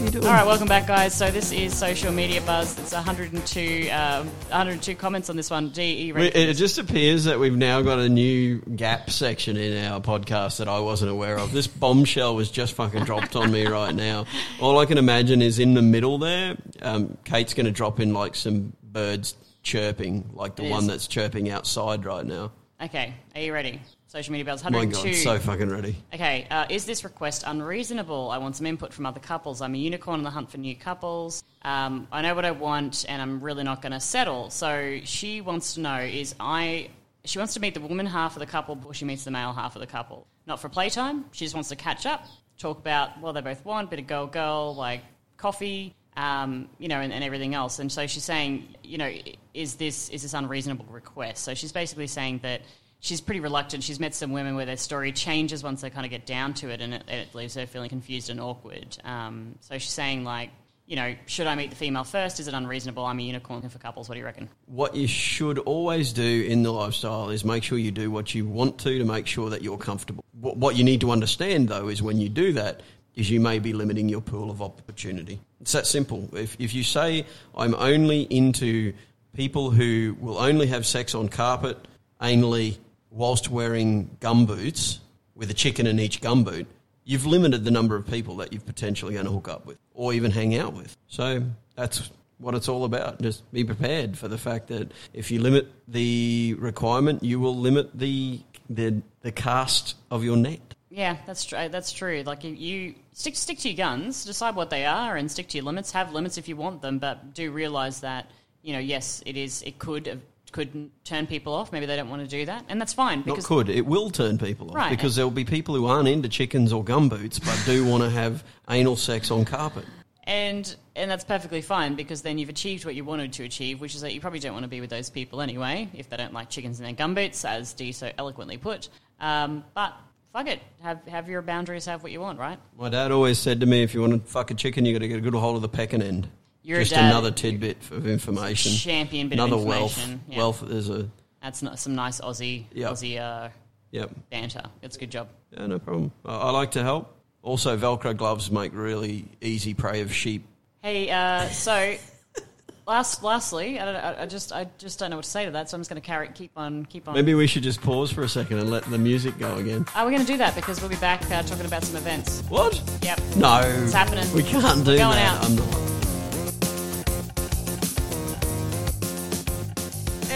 [SPEAKER 2] are you doing?
[SPEAKER 1] All right, welcome back, guys. So this is social media buzz. It's 102, um 102 comments on this one. E, De
[SPEAKER 2] We- It it just appears that we've now got a new gap section in our podcast that I wasn't aware of. This bombshell was just fucking dropped on me right now. All I can imagine is in the middle there, um, Kate's going to drop in like some birds chirping, like the
[SPEAKER 1] It
[SPEAKER 2] one
[SPEAKER 1] is.
[SPEAKER 2] that's chirping outside right now.
[SPEAKER 1] Okay, are you ready? Social media buzz.
[SPEAKER 2] My
[SPEAKER 1] 102.
[SPEAKER 2] God, so fucking ready.
[SPEAKER 1] Okay, uh, is this request unreasonable? I want some input from other couples. I'm a unicorn on the hunt for new couples. Um, I know what I want, and I'm really not going to settle. So she wants to know is I. She wants to meet the woman half of the couple before she meets the male half of the couple. Not for playtime. She just wants to catch up, talk about what they both want, bit of girl girl, like coffee, um, you know, and, and everything else. And so she's saying, you know, is this is this unreasonable request? So she's basically saying that she's pretty reluctant. She's met some women where their story changes once they kind of get down to it, and it, it leaves her feeling confused and awkward. Um, so she's saying like, you know, should I meet the female first? Is it unreasonable? I'm a unicorn for couples. What do you reckon?
[SPEAKER 2] What you should always do in the lifestyle is make sure you do what you want to to make sure that you're comfortable. What, what you need to understand, though, is when you do that, is you may be limiting your pool of opportunity. It's that simple. If, if you say, I'm only into people who will only have sex on carpet, anally, whilst wearing gum boots with a chicken in each gum boot, you've limited the number of people that you're potentially going to hook up with or even hang out with. So that's what it's all about. Just be prepared for the fact that if you limit the requirement, you will limit the the, the cast of your net.
[SPEAKER 1] Yeah, that's true. That's true. Like you, you stick stick to your guns, decide what they are, and stick to your limits. Have limits if you want them, but do realize that you know, yes, it is. It could could turn people off. Maybe they don't want to do that, and that's fine.
[SPEAKER 2] Not could it will turn people off
[SPEAKER 1] Right.
[SPEAKER 2] because there will be people who aren't into chickens or gum boots but do want to have anal sex on carpet.
[SPEAKER 1] and and that's perfectly fine because then you've achieved what you wanted to achieve, which is that you probably don't want to be with those people anyway if they don't like chickens in their gumboots, as Dee so eloquently put. Um, but fuck it, have have your boundaries, have what you want, right?
[SPEAKER 2] My dad always said to me, if you want to fuck a chicken, you got to get a good hold of the pecking end.
[SPEAKER 1] Your
[SPEAKER 2] Just
[SPEAKER 1] dad-
[SPEAKER 2] another tidbit of information.
[SPEAKER 1] Champion bit
[SPEAKER 2] another
[SPEAKER 1] of information.
[SPEAKER 2] wealth.
[SPEAKER 1] Yeah.
[SPEAKER 2] Wealth. There's a
[SPEAKER 1] That's not some nice Aussie
[SPEAKER 2] Yeah.
[SPEAKER 1] Aussie uh,
[SPEAKER 2] yep.
[SPEAKER 1] banter. It's a good job.
[SPEAKER 2] Yeah, no problem. I, I like to help. Also, Velcro gloves make really easy prey of sheep.
[SPEAKER 1] Hey, uh, so last, lastly, I, don't, I, I just, I just don't know what to say to that. So I'm just going to carry, keep on, keep on.
[SPEAKER 2] Maybe we should just pause for a second and let the music go again.
[SPEAKER 1] Are we going to do that? Because we'll be back uh, talking about some events.
[SPEAKER 2] What?
[SPEAKER 1] Yep.
[SPEAKER 2] No.
[SPEAKER 1] It's happening.
[SPEAKER 2] We can't do
[SPEAKER 1] We're going
[SPEAKER 2] that.
[SPEAKER 1] out.
[SPEAKER 2] I'm not.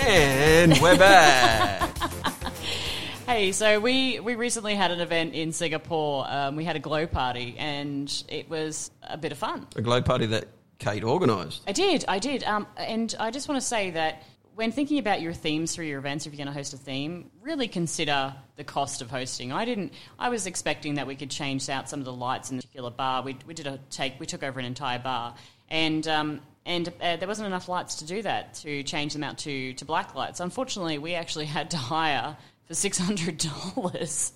[SPEAKER 2] And we're back.
[SPEAKER 1] Hey, so we we recently had an event in Singapore. Um, we had a glow party, and it was a bit of fun.
[SPEAKER 2] a glow party that Kate organised.
[SPEAKER 1] I did, I did. Um, and I just want to say that when thinking about your themes for your events, if you're going to host a theme, really consider the cost of hosting. I didn't. I was expecting that we could change out some of the lights in the particular bar. We, we did a take. We took over an entire bar, and um, and uh, there wasn't enough lights to do that to change them out to to black lights. Unfortunately, we actually had to hire for six hundred dollars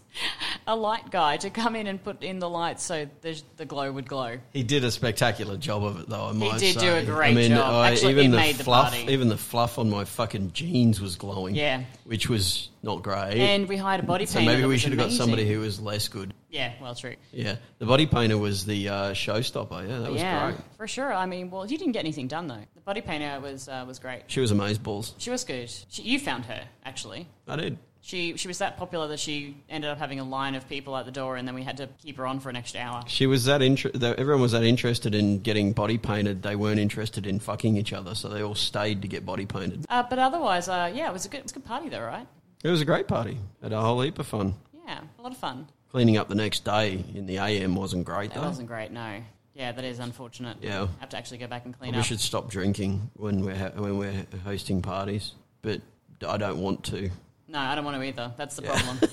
[SPEAKER 1] a light guy to come in and put in the lights so the, the glow would glow.
[SPEAKER 2] He did a spectacular job of it, though. I might
[SPEAKER 1] did do
[SPEAKER 2] say.
[SPEAKER 1] a great
[SPEAKER 2] I mean,
[SPEAKER 1] job.
[SPEAKER 2] I,
[SPEAKER 1] Actually,
[SPEAKER 2] even
[SPEAKER 1] it
[SPEAKER 2] the
[SPEAKER 1] made the
[SPEAKER 2] fluff,
[SPEAKER 1] party.
[SPEAKER 2] even the fluff on my fucking jeans was glowing.
[SPEAKER 1] Yeah.
[SPEAKER 2] which was not great.
[SPEAKER 1] And we hired a body
[SPEAKER 2] so
[SPEAKER 1] painter.
[SPEAKER 2] maybe
[SPEAKER 1] that
[SPEAKER 2] we
[SPEAKER 1] was
[SPEAKER 2] should have got
[SPEAKER 1] amazing.
[SPEAKER 2] somebody who was less good.
[SPEAKER 1] Yeah, well, true.
[SPEAKER 2] Yeah, the body painter was the uh, showstopper. Yeah, that was
[SPEAKER 1] yeah,
[SPEAKER 2] great.
[SPEAKER 1] for sure. I mean, well, you didn't get anything done though. The body painter was uh, was great.
[SPEAKER 2] She was amazed balls.
[SPEAKER 1] She was good. She, you found her actually.
[SPEAKER 2] I did.
[SPEAKER 1] She she was that popular that she ended up having a line of people at the door, and then we had to keep her on for an extra hour.
[SPEAKER 2] She was that inter- though Everyone was that interested in getting body painted. They weren't interested in fucking each other, so they all stayed to get body painted.
[SPEAKER 1] Uh, but otherwise, uh, yeah, it was a good it was a good party though, right?
[SPEAKER 2] It was a great party. Had a whole heap of fun.
[SPEAKER 1] Yeah, a lot of fun.
[SPEAKER 2] Cleaning up the next day in the AM wasn't great
[SPEAKER 1] That
[SPEAKER 2] though.
[SPEAKER 1] wasn't great, no. Yeah, that is unfortunate.
[SPEAKER 2] Yeah.
[SPEAKER 1] have to actually go back and clean
[SPEAKER 2] We
[SPEAKER 1] up.
[SPEAKER 2] should stop drinking when we're ha- when we're hosting parties, but I don't want to.
[SPEAKER 1] No, I don't want to either. That's the problem.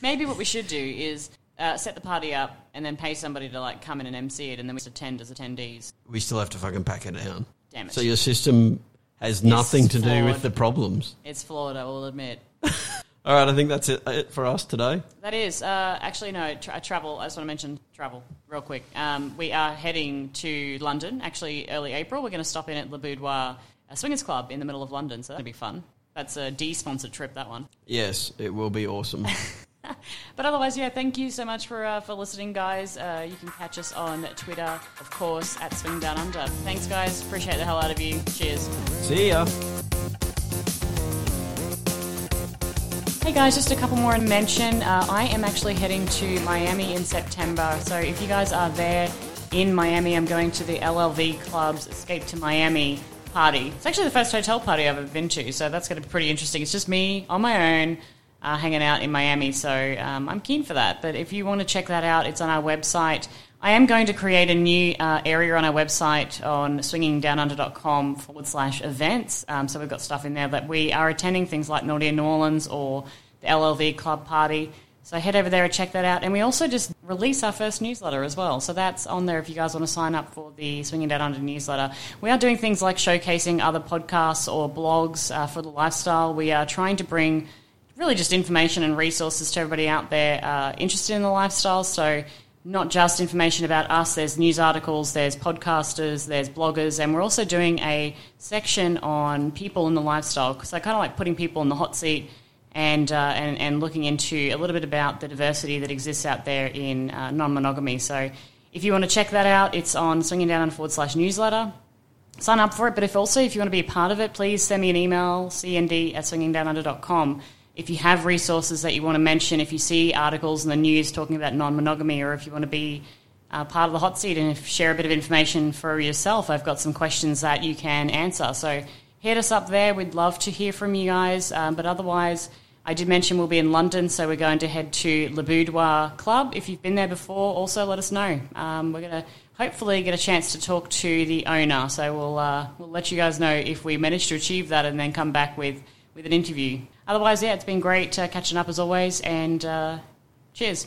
[SPEAKER 1] Maybe what we should do is uh, set the party up and then pay somebody to like come in and MC it, and then we just attend as attendees.
[SPEAKER 2] We still have to fucking pack it down.
[SPEAKER 1] Damn it.
[SPEAKER 2] So your system has nothing to do
[SPEAKER 1] flawed.
[SPEAKER 2] with the problems.
[SPEAKER 1] It's flawed, I will admit.
[SPEAKER 2] All right, I think that's it, uh, it for us today.
[SPEAKER 1] That is uh, actually no tra- travel. I just want to mention travel real quick. Um, we are heading to London actually early April. We're going to stop in at Le Boudoir a Swingers Club in the middle of London, so that'll be fun. That's a D-sponsored trip, that one.
[SPEAKER 2] Yes, it will be awesome.
[SPEAKER 1] But otherwise, yeah, thank you so much for uh, for listening, guys. Uh, you can catch us on Twitter, of course, at Swing Down Under. Thanks, guys. Appreciate the hell out of you. Cheers.
[SPEAKER 2] See ya.
[SPEAKER 1] Hey guys, just a couple more to mention. Uh, I am actually heading to Miami in September, so if you guys are there in Miami, I'm going to the LLV Club's Escape to Miami party. It's actually the first hotel party I've ever been to, so that's going to be pretty interesting. It's just me on my own. Uh, hanging out in Miami, so um, I'm keen for that. But if you want to check that out, it's on our website. I am going to create a new uh, area on our website on swingingdownunder.com forward slash events. Um, so we've got stuff in there that we are attending, things like Naughty in New Orleans or the LLV Club Party. So head over there and check that out. And we also just release our first newsletter as well. So that's on there if you guys want to sign up for the Swinging Down Under newsletter. We are doing things like showcasing other podcasts or blogs uh, for the lifestyle. We are trying to bring really just information and resources to everybody out there uh, interested in the lifestyle. So not just information about us. There's news articles, there's podcasters, there's bloggers, and we're also doing a section on people in the lifestyle. So kind of like putting people in the hot seat and uh, and and looking into a little bit about the diversity that exists out there in uh, non-monogamy. So if you want to check that out, it's on swinging down forward slash newsletter. Sign up for it, but if also if you want to be a part of it, please send me an email, cnd at swingingdownunder.com if you have resources that you want to mention, if you see articles in the news talking about non monogamy, or if you want to be uh, part of the hot seat and share a bit of information for yourself, I've got some questions that you can answer. So hit us up there. We'd love to hear from you guys. Um, but otherwise, I did mention we'll be in London, so we're going to head to Le Boudoir Club. If you've been there before, also let us know. Um, we're going to hopefully get a chance to talk to the owner. So we'll, uh, we'll let you guys know if we manage to achieve that and then come back with, with an interview otherwise, yeah, it's been great uh, catching up as always, and uh, cheers.